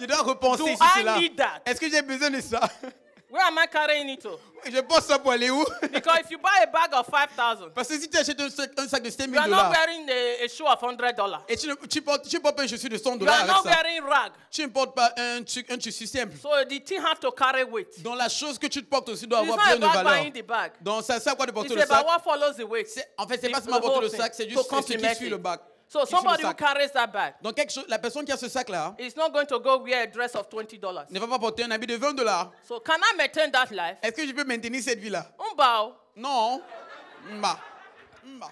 B: je dois repenser
A: Do
B: sur
A: I
B: cela.
A: need that?
B: Est-ce que j'ai besoin de ça <laughs>
A: Where am I carrying it to?
B: Je pense ça pour aller où <laughs>
A: Because if you buy a bag of 5,000,
B: Parce que si tu achètes un sac, un sac de 5
A: you
B: 000
A: are not
B: dollars
A: wearing a, a shoe of $100.
B: et tu, ne- tu, portes, tu portes pas un chaussure de 100
A: You
B: dollars
A: are
B: avec
A: not
B: ça,
A: wearing rag.
B: tu ne portes pas un, tu- un tissu simple.
A: So the thing has to carry weight. It's
B: Donc la chose que tu te portes aussi doit avoir
A: not
B: plein de
A: about buying
B: valeur.
A: the bag.
B: Donc ça, ça quoi de porter
A: It's
B: le
A: about
B: sac
A: what follows the weight.
B: C'est- En fait, c'est
A: The-
B: pas seulement
A: the whole
B: porter le
A: thing.
B: sac, c'est
A: To
B: juste ce qui
A: complement
B: suit
A: it.
B: le bac.
A: So
B: qui suit le
A: somebody who
B: sac.
A: carries that bag
B: Donc quelque chose, la personne qui a ce sac là
A: is not going to go wear a dress of $20.
B: ne va pas porter un habit de 20 dollars.
A: So can I maintain that life?
B: Est-ce que je peux maintenir cette vie là
A: Umbao,
B: Non. Mba. Mba.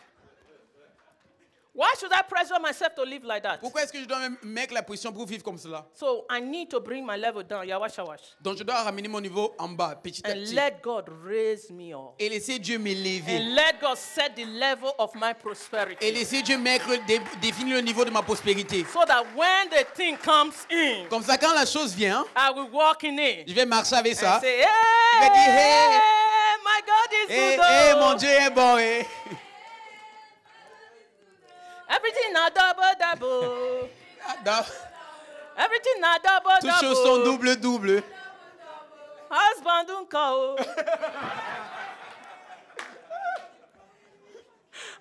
A: why should I pressure myself to live like that?
B: Pourquoi est-ce que je dois me mettre la pression pour vivre comme cela
A: So I need to bring my level down, yawashawash,
B: Donc je dois ramener mon niveau en bas, petit à
A: and
B: petit.
A: let God raise me up.
B: Et laisser Dieu m'élever.
A: And let God set the level of my
B: Et
A: prosperity.
B: laisser Dieu mettre, dé- définir le niveau de ma prospérité.
A: So that when the thing comes in,
B: Comme ça, quand la chose vient,
A: I will walk in
B: je
A: it.
B: vais marcher avec ça.
A: And say, hey,
B: vais dire, hey.
A: my God is
B: Eh,
A: good.
B: eh,
A: oh.
B: mon Dieu est bon. eh.
A: Everything now double, double.
B: Ah,
A: <laughs>
B: non.
A: Everything now double,
B: Toutes choses sont
A: double.
B: double, double.
A: Husband uncle. oh.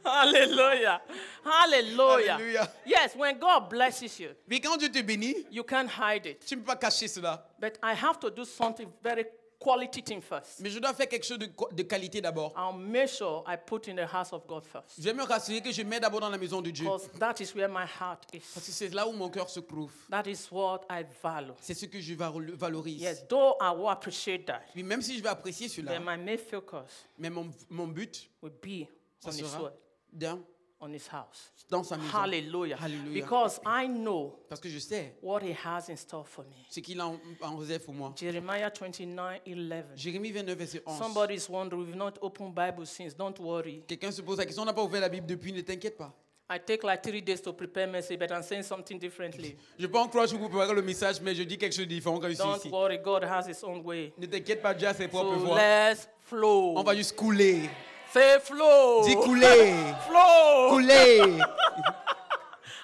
A: Hallelujah. Hallelujah.
B: Hallelujah.
A: Yes, when God blesses you,
B: Mais quand Dieu te bénit,
A: you can't hide it.
B: tu ne peux pas cacher cela.
A: But I have to do something very quality thing first.
B: Mais je dois faire quelque chose de, co- de qualité d'abord.
A: I'll make sure I put in the house of God first.
B: Je vais me rassurer que je mets d'abord dans la maison de Dieu.
A: Because that is where my heart
B: Parce
A: is.
B: que c'est là où mon cœur se trouve.
A: That is what I value.
B: C'est ce que je valo- valorise.
A: Yes, though I will appreciate that,
B: Puis même si je vais apprécier cela,
A: then my main focus
B: mais mon, mon but,
A: will be
B: ça
A: on his
B: sera
A: word,
B: dans,
A: on his house.
B: dans sa maison.
A: Hallelujah.
B: Hallelujah.
A: Because I know
B: Parce que je sais
A: what he has in store for me.
B: ce qu'il a en, en réserve pour moi.
A: Jeremiah 29 11.
B: Jérémie 29, verset 11.
A: Somebody is wondering, we've not opened Bible since. Don't worry.
B: Quelqu'un se pose la question, on n'a pas ouvert la Bible depuis, ne t'inquiète pas.
A: I take like three days to prepare message, but I'm saying something differently.
B: Je peux en croire que vous préparez le message, mais je dis quelque chose de différent quand je suis
A: Don't
B: ici.
A: worry, God has his own way.
B: Ne t'inquiète pas, Dieu a ses propres
A: so
B: voies.
A: let's flow.
B: On va juste couler.
A: Say flow. <laughs>
B: Dis couler.
A: flow.
B: Couler.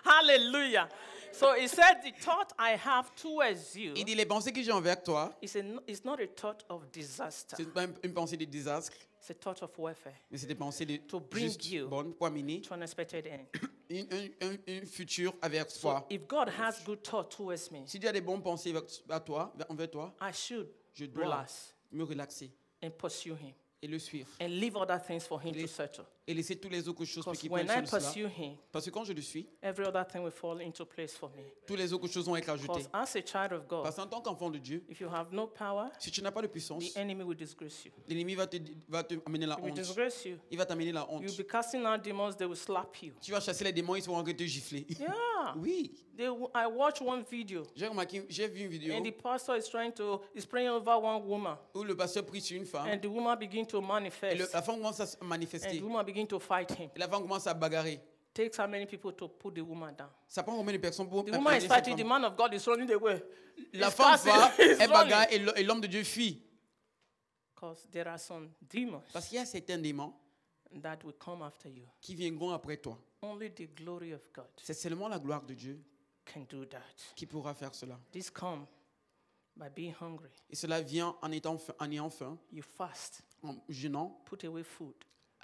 A: Hallelujah. So he said, The thought I have towards you
B: Il dit, les pensées que j'ai envers toi,
A: is, a, is not a thought of disaster,
B: c'est pas une une pensée de désastre,
A: it's a thought of warfare
B: mais c'est des pensées de
A: To bring
B: juste
A: you.
B: bonnes, pour amener
A: to an expected end.
B: une, un- un- une future avec
A: So
B: toi.
A: if God has good thought towards me,
B: Si tu as des bonnes pensées vers- à toi, envers toi,
A: I should
B: je dois
A: relax
B: me relaxer
A: and pursue Him
B: et le suivre
A: and leave other things for Him to
B: Please.
A: settle.
B: et laisser tous les autres choses
A: Because
B: qui
A: when
B: prennent
A: I
B: sur cela.
A: pursue Him,
B: Parce que quand je le suis,
A: every other thing will fall into place for me.
B: tous les autres choses vont être ajoutées.
A: Because as a child of God,
B: Parce qu'en tant qu'enfant de Dieu,
A: if you have no power,
B: si tu n'as pas de puissance,
A: the enemy will disgrace you.
B: l'ennemi va te, va te amener la
A: He will
B: honte.
A: disgrace you.
B: Il va t'amener la honte.
A: You'll be casting out demons, they will slap you.
B: Tu vas chasser les démons, ils vont encore te gifler.
A: Yeah.
B: Oui,
A: They, w- I watched one video,
B: j'ai remarqué, j'ai vu une vidéo
A: and the pastor is trying to, is praying over one woman,
B: où le pasteur prie sur une femme
A: and the woman begin to
B: et le-
A: manifest,
B: la femme commence à se
A: and
B: manifester.
A: the woman begin to fight him.
B: Et la femme commence à bagarrer.
A: Takes how many people to put the woman down?
B: Ça prend combien de personnes pour
A: The woman
B: imprégner
A: is
B: cette
A: fighting, the
B: femme?
A: man of God is running away.
B: La
A: He's <laughs>
B: femme
A: passing,
B: va,
A: he's
B: elle bagarre
A: running.
B: et le- et l'homme de Dieu fuit.
A: Because there are some demons
B: Parce qu'il y a certains démons
A: that will come after you.
B: qui viendront après toi.
A: Only the glory of God
B: C'est seulement la gloire de Dieu
A: can do that.
B: qui pourra faire cela.
A: This come by being hungry.
B: Et cela vient en, étant faim- en ayant faim,
A: You fast,
B: en jeûnant,
A: put away food,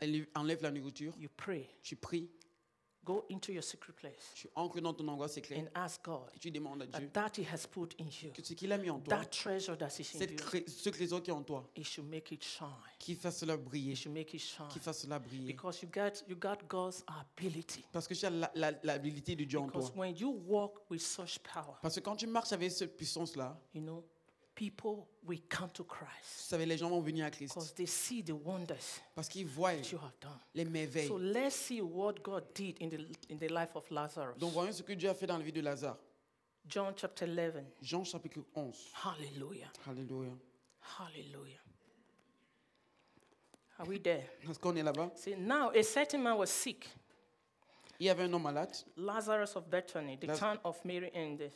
B: enlève enlève la nourriture,
A: you pray,
B: tu pries,
A: go into your secret place
B: tu ancres dans ton angoisse éclair
A: and ask God
B: et tu demandes à Dieu
A: that that He has put in you,
B: que ce qu'il a mis en toi,
A: that treasure that is in
B: cette
A: you,
B: cré- ce trésor qui est en toi,
A: He should make it shine.
B: qu'il fasse cela briller,
A: He should make it shine.
B: qu'il fasse cela briller.
A: Because you got you got God's ability.
B: Parce que tu as la- la- l'habilité de Dieu en toi.
A: Because when you walk with such power,
B: Parce que quand tu marches avec cette puissance-là,
A: you know, people will come to
B: tu
A: Christ
B: savais, les gens vont venir à Christ.
A: because they see the wonders
B: Parce qu'ils voient
A: that you have done.
B: les merveilles.
A: So let's see what God did in the in the life of Lazarus.
B: Donc voyons ce que Dieu a fait dans la vie de Lazare.
A: John chapter 11.
B: Jean chapitre 11.
A: Hallelujah.
B: Alléluia.
A: Hallelujah. Are we there?
B: Est-ce qu'on est là-bas?
A: See, now a certain man was sick,
B: Il y avait un homme malade.
A: Lazarus of Bethany, the
B: Laz-
A: town of Mary and the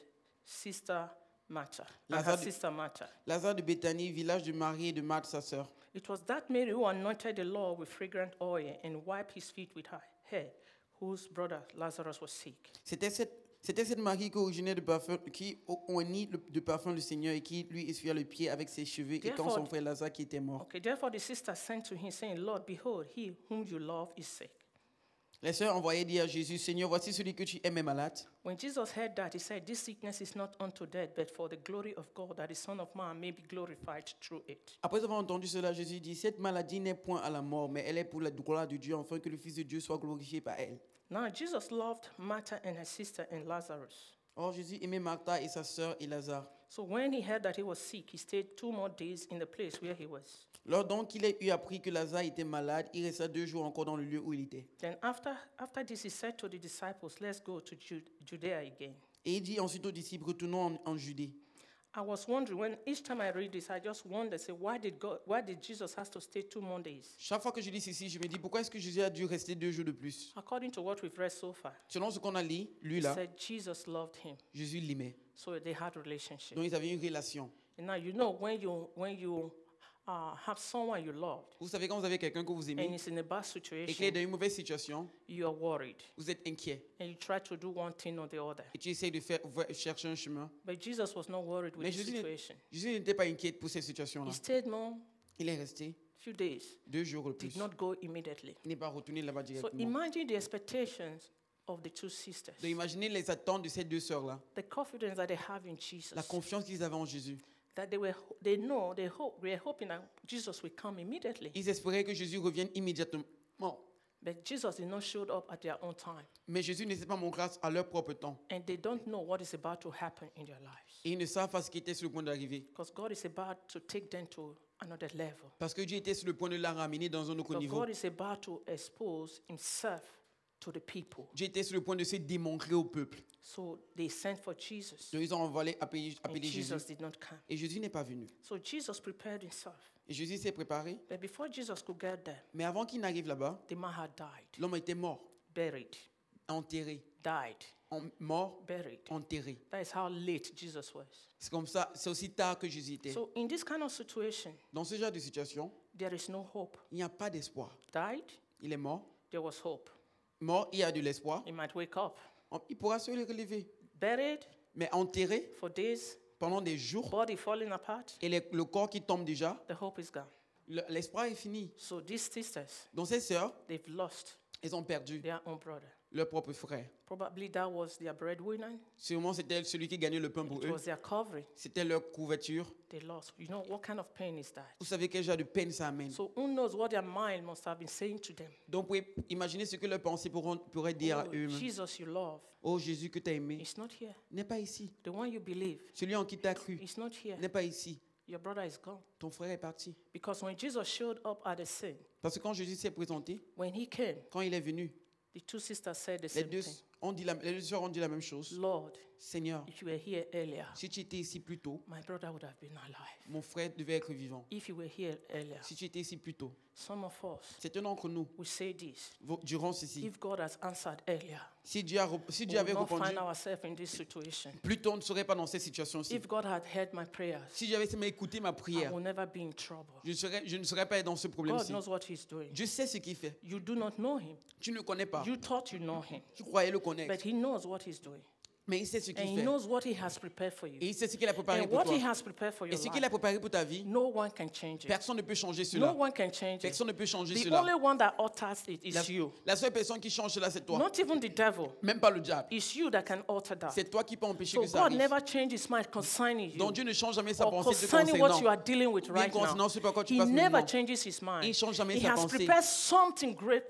A: sister Martha, and her
B: Lazarus-
A: sister Martha.
B: Lazare de Béthanie, village de Marie et de Marthe, sa sœur.
A: It was that Mary who anointed the Lord with fragrant oil and wiped his feet with her hair, whose brother Lazarus was sick.
B: C'était cette, c'était cette Marie qui originait de parfum, qui o- oignit le- de parfum le Seigneur et qui lui essuya le pied avec ses cheveux et quand son
A: Therefore-
B: frère Lazare qui était mort.
A: Okay, therefore the sister sent to him, saying, Lord, behold, he whom you love is sick.
B: Les sœurs envoyaient dire à Jésus, Seigneur, voici celui que tu aimes est malade.
A: When Jesus heard that, he said, This sickness is not unto death, but for the glory of God, that the Son of Man may be glorified through it.
B: Après avoir entendu cela, Jésus dit, cette maladie n'est point à la mort, mais elle est pour la gloire de Dieu, afin que le Fils de Dieu soit glorifié par elle.
A: Now, Jesus loved Martha and her sister and Lazarus.
B: Or Jésus aimait Martha et sa sœur et Lazare.
A: So when he heard that he was sick, he stayed two more days in the place where he was.
B: Lors donc il eut appris que Lazare était malade, il resta deux jours encore dans le lieu où il était.
A: Then after, after this, he said to the disciples, Let's go to Ju- Judea again.
B: Et il dit ensuite aux disciples, retournons en, en Judée.
A: I was wondering when each time I read this, I just wonder, say, why did God, why did Jesus has to stay two more days?
B: Chaque fois que je lis ceci, je me dis, pourquoi est-ce que Jésus a dû rester deux jours de plus
A: According to what we've read so far,
B: Selon ce qu'on a lu, lui
A: he
B: là,
A: said Jesus loved him,
B: Jésus l'aimait.
A: so they had relationship.
B: Donc ils avaient une relation.
A: And now you know when you when you uh, have someone you loved
B: Vous savez, quand vous avez quelqu'un que vous
A: and
B: aimez
A: it's in a bad
B: et qu'il est
A: situation,
B: dans une mauvaise situation,
A: you are worried
B: vous êtes inquiet
A: and you try to do one thing or the other.
B: et tu essayes de faire, voir- chercher un chemin.
A: But Jesus was not worried with
B: Mais
A: the
B: Jésus n'est-
A: situation.
B: Jésus n'était pas inquiet pour cette situation-là.
A: He stayed more
B: Il est resté
A: few days,
B: deux jours de plus.
A: did not go immediately.
B: Il n'est pas retourné là-bas
A: So
B: directement.
A: imagine the expectations of the two sisters,
B: Donc imaginez les attentes de ces deux sœurs-là,
A: the confidence that they have in Jesus,
B: la confiance qu'ils avaient en Jésus.
A: that they were ho- they know they hope they are hoping that Jesus will come immediately.
B: Ils espéraient que Jésus revienne immédiatement.
A: But Jesus did not show up at their own time,
B: Mais Jésus ne s'est pas montré à leur propre temps.
A: and they don't know what is about to happen in their lives.
B: Et ils ne savent pas ce qui était sur le point d'arriver.
A: Because God is about to take them to another level.
B: Parce que Dieu était sur le point de la ramener dans un autre
A: But
B: niveau.
A: God is about to expose Himself to the people.
B: Dieu était sur le point de se démontrer au peuple.
A: So they sent for Jesus,
B: Donc ils ont envoyé appeler,
A: and
B: appeler Jésus.
A: Jesus did not come.
B: Et Jésus n'est pas venu.
A: So Jesus prepared Himself.
B: Et Jésus s'est préparé.
A: But before Jesus could get there,
B: Mais avant qu'il n'arrive là-bas,
A: the man had died,
B: l'homme était mort,
A: buried,
B: enterré.
A: died,
B: En- mort,
A: buried.
B: enterré.
A: That is how late Jesus was.
B: C'est comme ça, c'est aussi tard que Jésus était.
A: So in this kind of situation,
B: Dans ce genre de situation,
A: there is no hope.
B: il n'y a pas d'espoir.
A: Died,
B: Il est mort.
A: there was hope.
B: Mort, il y a de l'espoir.
A: He might wake up.
B: On- Il pourra se relever.
A: buried
B: mais enterré
A: for days,
B: pendant des jours
A: body falling apart,
B: et les- le corps qui tombe déjà,
A: the hope is gone.
B: le- l'espoir est fini.
A: So these sisters,
B: Donc ces sœurs,
A: they've lost
B: elles ont perdu
A: their own brother.
B: leur propre frère.
A: Probably that was their breadwinner.
B: Sûrement, c'était celui qui gagnait le pain pour
A: It
B: eux.
A: was their covering.
B: C'était leur couverture.
A: They lost. You know what kind of pain is that?
B: Vous savez quel genre de peine ça amène.
A: So who knows what their mind must have been saying to them?
B: Donc, vous pouvez imaginer ce que leurs pensées pourront- pourraient dire à
A: Oh,
B: eux.
A: Jesus, you love.
B: Oh Jésus que tu as aimé,
A: It's not here.
B: n'est pas ici.
A: The one you believe.
B: Celui en qui tu as cru,
A: It's not here.
B: n'est pas ici.
A: Your brother is gone.
B: Ton frère est parti.
A: Because when Jesus showed up at the scene,
B: Parce que quand Jésus s'est présenté,
A: when he came,
B: quand il est venu,
A: the two sisters said the
B: les
A: same
B: deux,
A: thing.
B: ont dit la- les deux sœurs ont dit la même chose.
A: Lord,
B: Seigneur,
A: if you were here earlier,
B: si tu étais ici plus tôt,
A: my brother would have been alive.
B: mon frère devait être vivant.
A: If you were here earlier,
B: Si tu étais ici plus tôt,
A: some of us
B: c'est un d'entre nous
A: we say this.
B: vo- durant ceci.
A: If God has answered earlier,
B: Si Dieu, a rep- si
A: we
B: Dieu avait
A: will not
B: répondu,
A: find ourselves in this situation.
B: plus tôt on ne serait pas dans cette situation-ci.
A: If God had heard my prayers,
B: Si j'avais seulement écouté ma
A: I
B: prière,
A: will never be in trouble.
B: je, serais, je ne serais pas dans ce
A: Ah, God
B: problème-ci.
A: knows what He's doing.
B: Dieu sait ce qu'il fait.
A: You Ah. do not know Him.
B: Tu ne le connais pas.
A: You thought you know Him,
B: Tu croyais le connaître.
A: but He knows what He's doing,
B: Mais il sait ce
A: and
B: qu'il
A: He
B: fait.
A: knows what He has prepared for you.
B: Et il sait ce qu'il a préparé
A: And
B: pour
A: what
B: toi.
A: He has prepared for
B: Et
A: your
B: ce qu'il a
A: life,
B: préparé pour ta vie,
A: no one can change it.
B: personne ne peut changer
A: No
B: cela.
A: one can change it.
B: Personne ne peut changer
A: The
B: cela.
A: only one that alters it
B: La,
A: is you.
B: la seule personne qui change cela, c'est toi.
A: Not even the devil.
B: Même pas le diable.
A: It's you that can alter that.
B: C'est toi qui peux empêcher
A: So
B: que ça
A: God
B: arrive.
A: never changes His mind concerning you.
B: Donc Dieu ne change jamais sa
A: or
B: pensée te
A: concerning what you
B: concernant.
A: are dealing with right now.
B: concernant ce par quoi tu
A: He
B: passes
A: never
B: maintenant.
A: changes his mind.
B: Il change jamais
A: He
B: sa
A: has
B: pensée.
A: prepared something great,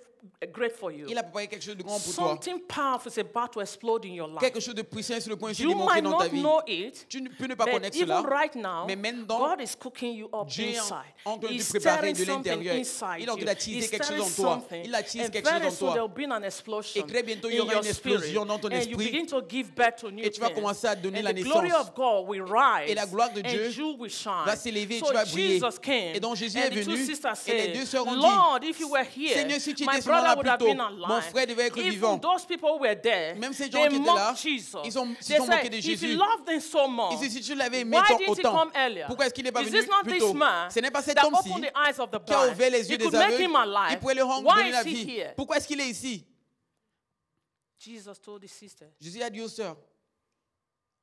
A: great for you.
B: Il a préparé quelque chose de grand pour toi.
A: Something powerful is about to explode in your life.
B: Quelque chose de puissant est sur le point de se
A: You
B: démontrer
A: might
B: dans ta
A: not
B: vie.
A: know it,
B: Tu ne peux ne pas
A: but
B: connaître
A: even
B: cela.
A: right now,
B: Mais maintenant,
A: God is cooking you up
B: Dieu est en-
A: inside.
B: en train de
A: He's
B: te préparer
A: stirring
B: de
A: something
B: l'intérieur.
A: inside
B: Il est en
A: you.
B: train d'attiser
A: He's
B: quelque
A: stirring
B: chose en toi.
A: something.
B: Il attise
A: And
B: quelque chose
A: very
B: en
A: soon,
B: toi.
A: there will be an explosion
B: Et très bientôt, il y
A: in
B: aura
A: your
B: une
A: spirit.
B: explosion dans ton
A: And you
B: esprit.
A: begin to give birth to new
B: Et tu vas
A: things.
B: commencer à donner
A: And
B: la
A: the glory
B: naissance.
A: of God will rise.
B: Et la gloire de Dieu
A: and you will shine.
B: va s'élever et
A: so
B: tu vas briller.
A: Jesus came,
B: Et donc, Jésus
A: and
B: est
A: the two
B: venu,
A: sisters
B: et les
A: said,
B: deux sœurs ont dit,
A: Lord, if you were here,
B: Seigneur, si tu
A: my
B: étais seulement
A: brother
B: là
A: would
B: plus
A: have
B: tôt,
A: been
B: mon
A: alive.
B: frère devait être
A: Even
B: vivant.
A: those people were there,
B: Même ces gens
A: they
B: qui étaient là,
A: mocked Jesus.
B: ils ont-
A: They
B: ils ont moqué
A: said,
B: de
A: if you
B: Jésus.
A: loved them so much,
B: Et si- si tu l'avais aimé
A: why
B: tant-
A: didn't he
B: autant,
A: come earlier?
B: pourquoi est-ce qu'il n'est pas
A: Is
B: venu
A: this not
B: plus
A: this
B: tôt
A: man
B: Ce n'est pas cet
A: that
B: homme-ci
A: opened the eyes of the
B: qui a
A: blind?
B: ouvert les yeux
A: You
B: des
A: could make
B: aveugles.
A: him alive.
B: Il pourrait leur rendre-
A: Why
B: donner la
A: is he
B: vie.
A: here?
B: Pourquoi est-ce qu'il est ici
A: Jesus told his sister,
B: Jésus a dit aux sœurs,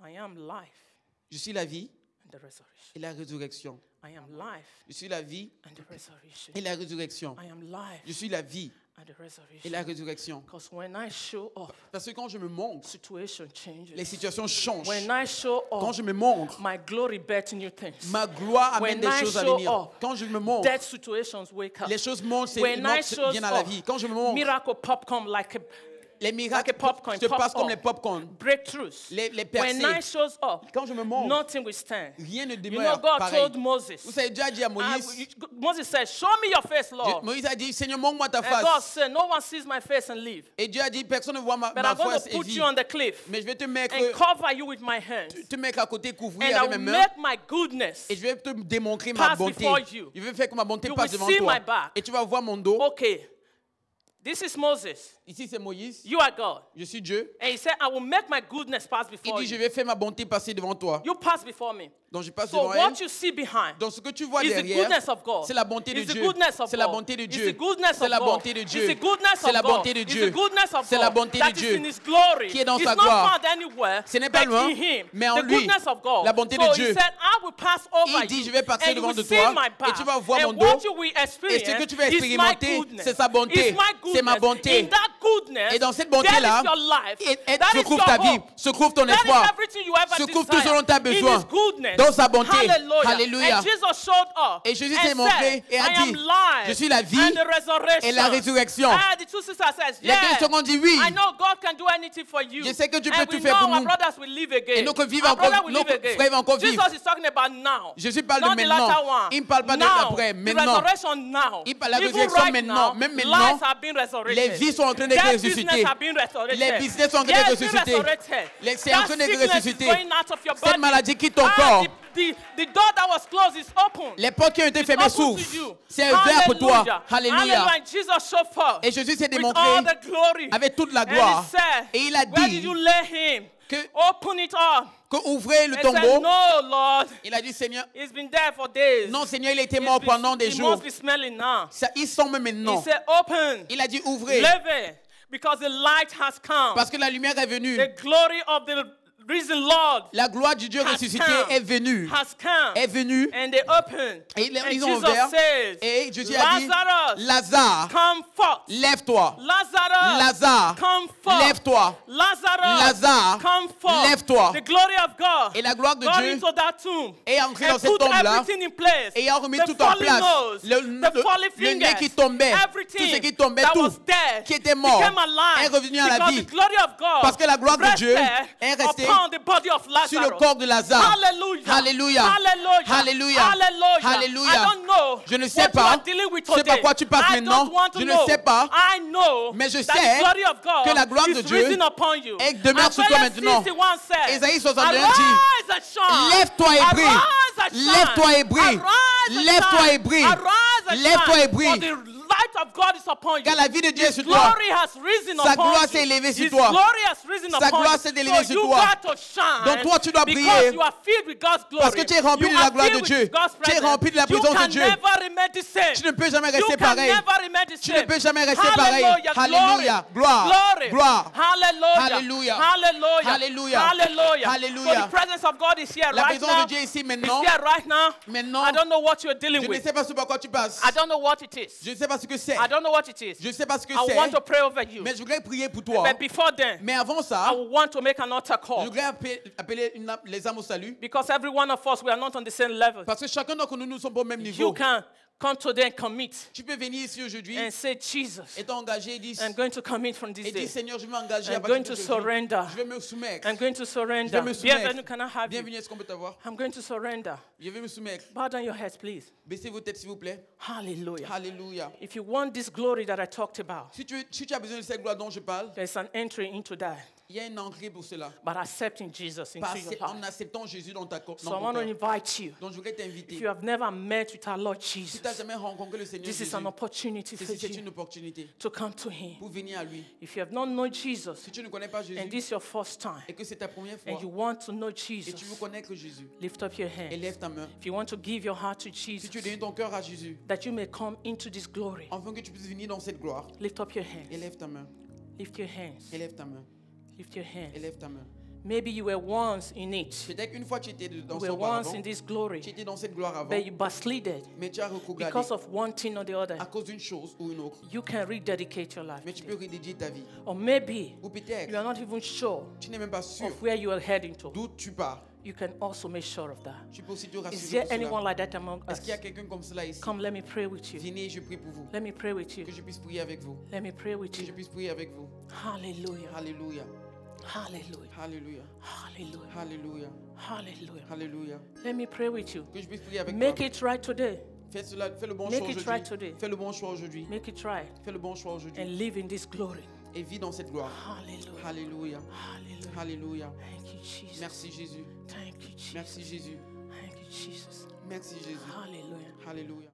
A: I am life
B: je suis la vie
A: and the resurrection.
B: et la résurrection.
A: I am life
B: Je suis la vie
A: and the resurrection.
B: et la résurrection.
A: I am life
B: Je suis la vie
A: and the
B: et
A: resurrection.
B: la résurrection.
A: Because when I show up,
B: Parce que quand je me montre,
A: situation
B: les
A: changes.
B: situations changent.
A: When I show
B: Quand
A: up,
B: je me montre,
A: my glory births new things.
B: ma gloire
A: When
B: amène des
A: I
B: choses à
A: show
B: venir.
A: up,
B: Quand je me montre,
A: Dead situations wake up.
B: les choses montent, c'est-
A: When I
B: montent,
A: show
B: viennent à la
A: up,
B: vie. Quand je me montre,
A: miracle popcorn like a
B: les
A: like
B: miracles
A: a popcorn.
B: se passent
A: pop
B: comme les
A: up.
B: popcorn.
A: Breakthroughs.
B: Les- les
A: when
B: percées.
A: I shows up,
B: Quand je me montre,
A: nothing will stand.
B: Rien ne
A: You know,
B: demeure
A: God
B: pareil.
A: told Moses.
B: Vous savez déjà dit à
A: I-
B: Moïse,
A: Moses said, "Show me your face,
B: Dieu-
A: Lord."
B: Moïse a dit, Seigneur, montre-moi ta
A: And God
B: face.
A: said, "No one sees my face and live,
B: Et Dieu a dit, personne ne voit ma,
A: but
B: ma
A: I'm going
B: face
A: to
B: et
A: put
B: vit.
A: you on the cliff
B: Mais je vais te mettre,
A: and cover you with my hands,
B: te mettre à côté, couvrir
A: and I
B: avec
A: will
B: mes mains.
A: make my goodness."
B: Et je vais te démontrer ma
A: pass
B: bonté.
A: before you.
B: Je vais faire que ma bonté
A: You
B: passe
A: will
B: devant
A: see
B: toi.
A: my back. Oh.
B: Et tu vas voir mon dos.
A: Okay, this is Moses.
B: Ici, c'est Moïse.
A: You are God,
B: Je suis Dieu.
A: and he said, "I will make my goodness pass
B: Il
A: before
B: dit, je
A: you.
B: vais faire ma bonté passer devant toi.
A: You pass before me."
B: Donc, je passe
A: So
B: devant elle.
A: what you see behind
B: Donc, ce que tu vois
A: It's the
B: derrière,
A: goodness of God.
B: c'est la bonté de
A: It's the
B: Dieu.
A: goodness of
B: C'est la
A: God.
B: bonté de
A: It's
B: Dieu.
A: the goodness
B: C'est
A: of
B: la
A: God.
B: bonté de
A: It's
B: Dieu.
A: the goodness
B: C'est
A: of
B: la
A: God.
B: bonté de
A: It's
B: Dieu.
A: the goodness of
B: C'est la
A: God
B: bonté
A: that
B: de
A: is
B: Dieu
A: in His glory.
B: qui est dans
A: It's
B: sa
A: not
B: gloire.
A: found anywhere,
B: Ce n'est pas
A: but
B: loin,
A: in him.
B: mais en
A: The
B: lui,
A: goodness of God.
B: la bonté de
A: So
B: Dieu.
A: He said, I will pass over
B: Il dit,
A: you,
B: je vais passer
A: and
B: devant
A: you
B: de
A: see
B: toi,
A: my
B: et tu vas
A: back.
B: voir
A: And
B: mon dos.
A: what you will experience
B: Et ce que tu vas
A: is my
B: expérimenter,
A: goodness.
B: c'est sa bonté.
A: It's my
B: C'est ma
A: goodness.
B: bonté.
A: In that goodness,
B: Et dans cette
A: there is
B: bonté-là,
A: your life.
B: et- et
A: That
B: se
A: is
B: trouve
A: your
B: ta vie,
A: hope.
B: se trouve ton
A: That is
B: espoir,
A: everything you ever
B: se trouve tout
A: desire.
B: ce dont tu as
A: In His
B: besoin.
A: goodness.
B: Dans sa bonté.
A: Hallelujah.
B: Alléluia.
A: And Jesus showed up
B: Et Jésus
A: and
B: s'est montré
A: said,
B: et a
A: I am
B: dit,
A: life
B: je suis la vie
A: and the resurrection.
B: et la résurrection.
A: Ah, the two sisters says,
B: Les deux
A: "Yeah,
B: sœurs ont dit oui.
A: I know God can do anything for you.
B: Je sais que Dieu
A: And
B: peut tout
A: we
B: faire pour
A: know our
B: nous.
A: brothers will live again.
B: Et nos que vivent
A: Our
B: encore-
A: brothers will
B: nos
A: live again.
B: frères vont encore vivre.
A: Jesus is talking about now.
B: Jésus parle de
A: Not the
B: maintenant.
A: latter one.
B: Il ne parle pas de
A: Now,
B: l'après,
A: the
B: maintenant.
A: resurrection now.
B: Il parle de la
A: Even
B: résurrection
A: right
B: maintenant.
A: now,
B: Même maintenant,
A: lives are being resurrected.
B: les vies sont en train d'être
A: Dead
B: ressuscitées.
A: business have been resurrected.
B: Les business sont en train d'être
A: Yes, been
B: ressuscitées.
A: resurrected.
B: Les- c'est en
A: That
B: train d'être
A: sickness is
B: ressuscité.
A: going out of your
B: Cette
A: body.
B: maladie quitte ton
A: Ah,
B: corps.
A: The, the, the door that was closed is open.
B: Les portes qui ont été fermées
A: It's open to
B: s'ouvrent.
A: you.
B: C'est un verre pour toi.
A: Hallelujah.
B: Alléluia.
A: Hallelujah. Jesus showed forth
B: Et Jésus s'est
A: with
B: démontré
A: all the glory.
B: avec toute la
A: And he
B: gloire.
A: said,
B: Et il a
A: Where did
B: dit
A: you lay him?
B: que-
A: Open it up.
B: que ouvrez le
A: They said,
B: tombeau.
A: no, Lord.
B: Il a dit Seigneur,
A: He's been there for days.
B: non Seigneur, il était
A: He's
B: mort
A: been-
B: pendant des
A: he
B: jours.
A: must be smelling now.
B: Ça, il semble
A: He
B: maintenant.
A: said, open.
B: Il a dit ouvrez
A: Leave it. Because the light has come.
B: parce que la lumière est venue.
A: The glory of the risen Lord
B: La gloire du Dieu
A: Has
B: ressuscité
A: come.
B: est venue.
A: has come.
B: Est venue.
A: And they opened.
B: Et ils
A: and
B: ils ont
A: Jesus
B: ouvert.
A: says,
B: Et Jésus a dit,
A: Lazarus,
B: Lazare,
A: come forth.
B: lève-toi.
A: Lazarus,
B: Lazare,
A: come forth.
B: lève-toi.
A: Lazarus,
B: Lazare,
A: come forth.
B: lève-toi.
A: The glory of God
B: Et la gloire de
A: got
B: Dieu
A: into that tomb.
B: est entrée dans
A: And
B: cette
A: put
B: tombe-là.
A: everything in place.
B: Et a remis
A: The
B: tout en
A: fallen
B: place.
A: nose,
B: Le-
A: the
B: le-
A: fallen
B: le nez
A: fingers,
B: qui tombait,
A: everything
B: tout ce qui tombait,
A: that
B: tout,
A: was dead
B: qui était mort,
A: became alive
B: est revenu à la
A: because
B: vie.
A: the glory of God
B: Parce que la gloire de Dieu
A: rested
B: est restée
A: upon the body of
B: sur
A: Lazarus.
B: le corps de Lazare.
A: Hallelujah.
B: Hallelujah.
A: Hallelujah.
B: Hallelujah.
A: Hallelujah.
B: Hallelujah.
A: I don't know
B: Je ne
A: what
B: sais
A: you are
B: pas.
A: dealing with
B: Je sais pas
A: today.
B: quoi tu passes
A: I
B: maintenant.
A: don't want to
B: Je ne
A: know.
B: sais pas.
A: I know
B: Mais je
A: that the
B: sais
A: glory of God
B: que la gloire
A: is
B: de Dieu
A: risen upon you.
B: est- demeure sur toi
A: Isaiah
B: maintenant.
A: 61 says,
B: Ésaïe 61 dit,
A: Arise and shine.
B: Lève-toi et brille.
A: Arise and shine.
B: Lève-toi et brille.
A: Arise and
B: Lève-toi
A: shine.
B: et brille.
A: Arise and
B: Lève-toi
A: shine.
B: et brille.
A: For the light of God is upon you.
B: Car la vie de Dieu est sur toi.
A: Glory has risen
B: Sa
A: upon
B: gloire
A: you.
B: s'est élevée sur
A: His
B: toi.
A: glory has risen
B: Sa
A: upon
B: gloire
A: you.
B: s'est élevée
A: So
B: sur
A: you
B: toi.
A: got to shine
B: Donc toi, tu dois
A: because
B: briller.
A: you are filled with God's glory.
B: Parce que tu es rempli
A: You
B: de la
A: are
B: gloire de
A: filled
B: Dieu.
A: with God's
B: Tu es
A: presence.
B: rempli de la présence de
A: You can
B: Dieu.
A: never remain the same.
B: Tu ne peux jamais
A: You
B: rester
A: can
B: pareil.
A: never remain the
B: Tu ne
A: same.
B: peux jamais rester pareil.
A: Hallelujah.
B: Hallelujah.
A: Glory.
B: Gloire.
A: Glory.
B: Gloire.
A: Hallelujah.
B: Hallelujah.
A: Hallelujah.
B: Hallelujah.
A: Hallelujah.
B: Hallelujah.
A: So the presence of God is here
B: La
A: right
B: présence
A: now.
B: de Dieu est ici
A: It's
B: maintenant.
A: here right now.
B: Maintenant.
A: I don't know what you're
B: Je
A: dealing
B: ne
A: with.
B: sais pas ce par quoi tu passes.
A: I don't know what it is.
B: Je ne sais pas ce que c'est.
A: I don't know what it is.
B: Je ne sais pas ce que
A: I want to
B: c'est.
A: pray over you.
B: Mais je voudrais prier pour toi.
A: But before then,
B: Mais avant
A: I
B: ça,
A: will want to make an altar
B: je
A: call.
B: voudrais appel- appeler une âme- les âmes au salut.
A: Because every one of us, we are not on the same level.
B: Parce que chacun d'entre nous, nous sommes pas au même
A: You
B: niveau.
A: can Eh, come today and commit
B: Tu peux venir ici aujourd'hui
A: and say, Jesus,
B: et t'engager et dire,
A: I'm going to commit from this
B: et dire
A: day.
B: Seigneur, je vais m'engager à
A: I'm
B: partir
A: going to
B: d'aujourd'hui.
A: surrender.
B: Je vais me soumettre.
A: I'm going to
B: Je vais
A: surrender.
B: me soumettre.
A: Bienvenue, can I have you?
B: Bienvenue, est-ce qu'on peut t'avoir
A: I'm going to surrender.
B: Je vais me soumettre.
A: Bow down your heads, please.
B: Baissez vos têtes, s'il vous plaît.
A: Hallelujah.
B: Alléluia.
A: If you want this glory that I talked about,
B: Si tu, si tu as besoin de cette gloire dont je parle,
A: there's an entry into that.
B: il y a un entrée pour cela.
A: But accepting Jesus
B: Par-
A: into your
B: en
A: life.
B: acceptant Jésus dans ta co-
A: So
B: dans
A: I
B: ton
A: want to
B: cœur.
A: invite you.
B: Donc je voudrais
A: If
B: t'inviter.
A: you have never met with our Lord
B: Si
A: Jesus,
B: tu n'as jamais rencontré le Seigneur
A: this
B: Jésus,
A: is an opportunity for
B: ceci c'est
A: you
B: une opportunité
A: to come to Him.
B: pour venir à lui.
A: If you have not known Jesus
B: Si tu ne connais pas
A: and
B: Jésus
A: this is your first time
B: et que c'est ta première fois
A: and you want to know
B: et
A: Jesus,
B: tu veux connaître Jésus,
A: lift up your
B: élève
A: hands.
B: ta main.
A: If you want to give your heart to Jesus,
B: Si tu donnes ton cœur à Jésus,
A: that you may come into this glory,
B: afin que tu puisses venir dans cette gloire,
A: lift up your hands.
B: élève ta main,
A: Lift your hands.
B: élève ta main,
A: Lift your hands.
B: élève ta main.
A: Maybe you were once in it.
B: Peut-être qu'une fois tu étais dans
A: You
B: ce
A: were once
B: auparavant,
A: in this glory,
B: tu étais dans cette gloire avant,
A: but you backslided
B: mais tu as recouru à
A: because
B: lui
A: of one thing or the other.
B: à cause d'une chose ou une autre.
A: You can rededicate your life.
B: Mais tu
A: today.
B: peux redédier ta vie.
A: Or maybe you
B: Ou
A: are
B: peut-être,
A: not even sure
B: tu n'es même pas sûr
A: of where you are heading to.
B: d'où tu pars.
A: You can also make sure of that.
B: Tu peux aussi te
A: Is
B: rassurer
A: there
B: de cela.
A: anyone like that among us?
B: Est-ce qu'il y a quelqu'un comme cela ici
A: Come, let me pray with you.
B: Venez, je prie pour vous.
A: Let me pray with you.
B: Que je puisse prier avec vous.
A: Let me pray with
B: Que je
A: you.
B: puisse prier avec vous.
A: Hallelujah.
B: Alléluia.
A: Hallelujah.
B: Alléluia.
A: Hallelujah.
B: Alléluia.
A: Hallelujah.
B: Alléluia.
A: Let me pray with you.
B: Que je puisse prier avec
A: Make
B: toi.
A: it right today.
B: Fais, cela, fais le bon
A: Make
B: choix
A: it
B: aujourd'hui.
A: right today.
B: Fais le bon choix aujourd'hui.
A: Make it right
B: Fais le bon choix aujourd'hui.
A: and live in this glory.
B: Et vis dans cette gloire.
A: Hallelujah.
B: Alléluia.
A: Hallelujah.
B: Alléluia.
A: Thank you, Jesus.
B: Merci Jésus.
A: Thank you, Jesus.
B: Merci Jésus.
A: Thank you, Jesus.
B: Merci Jésus.
A: Hallelujah.
B: Alléluia.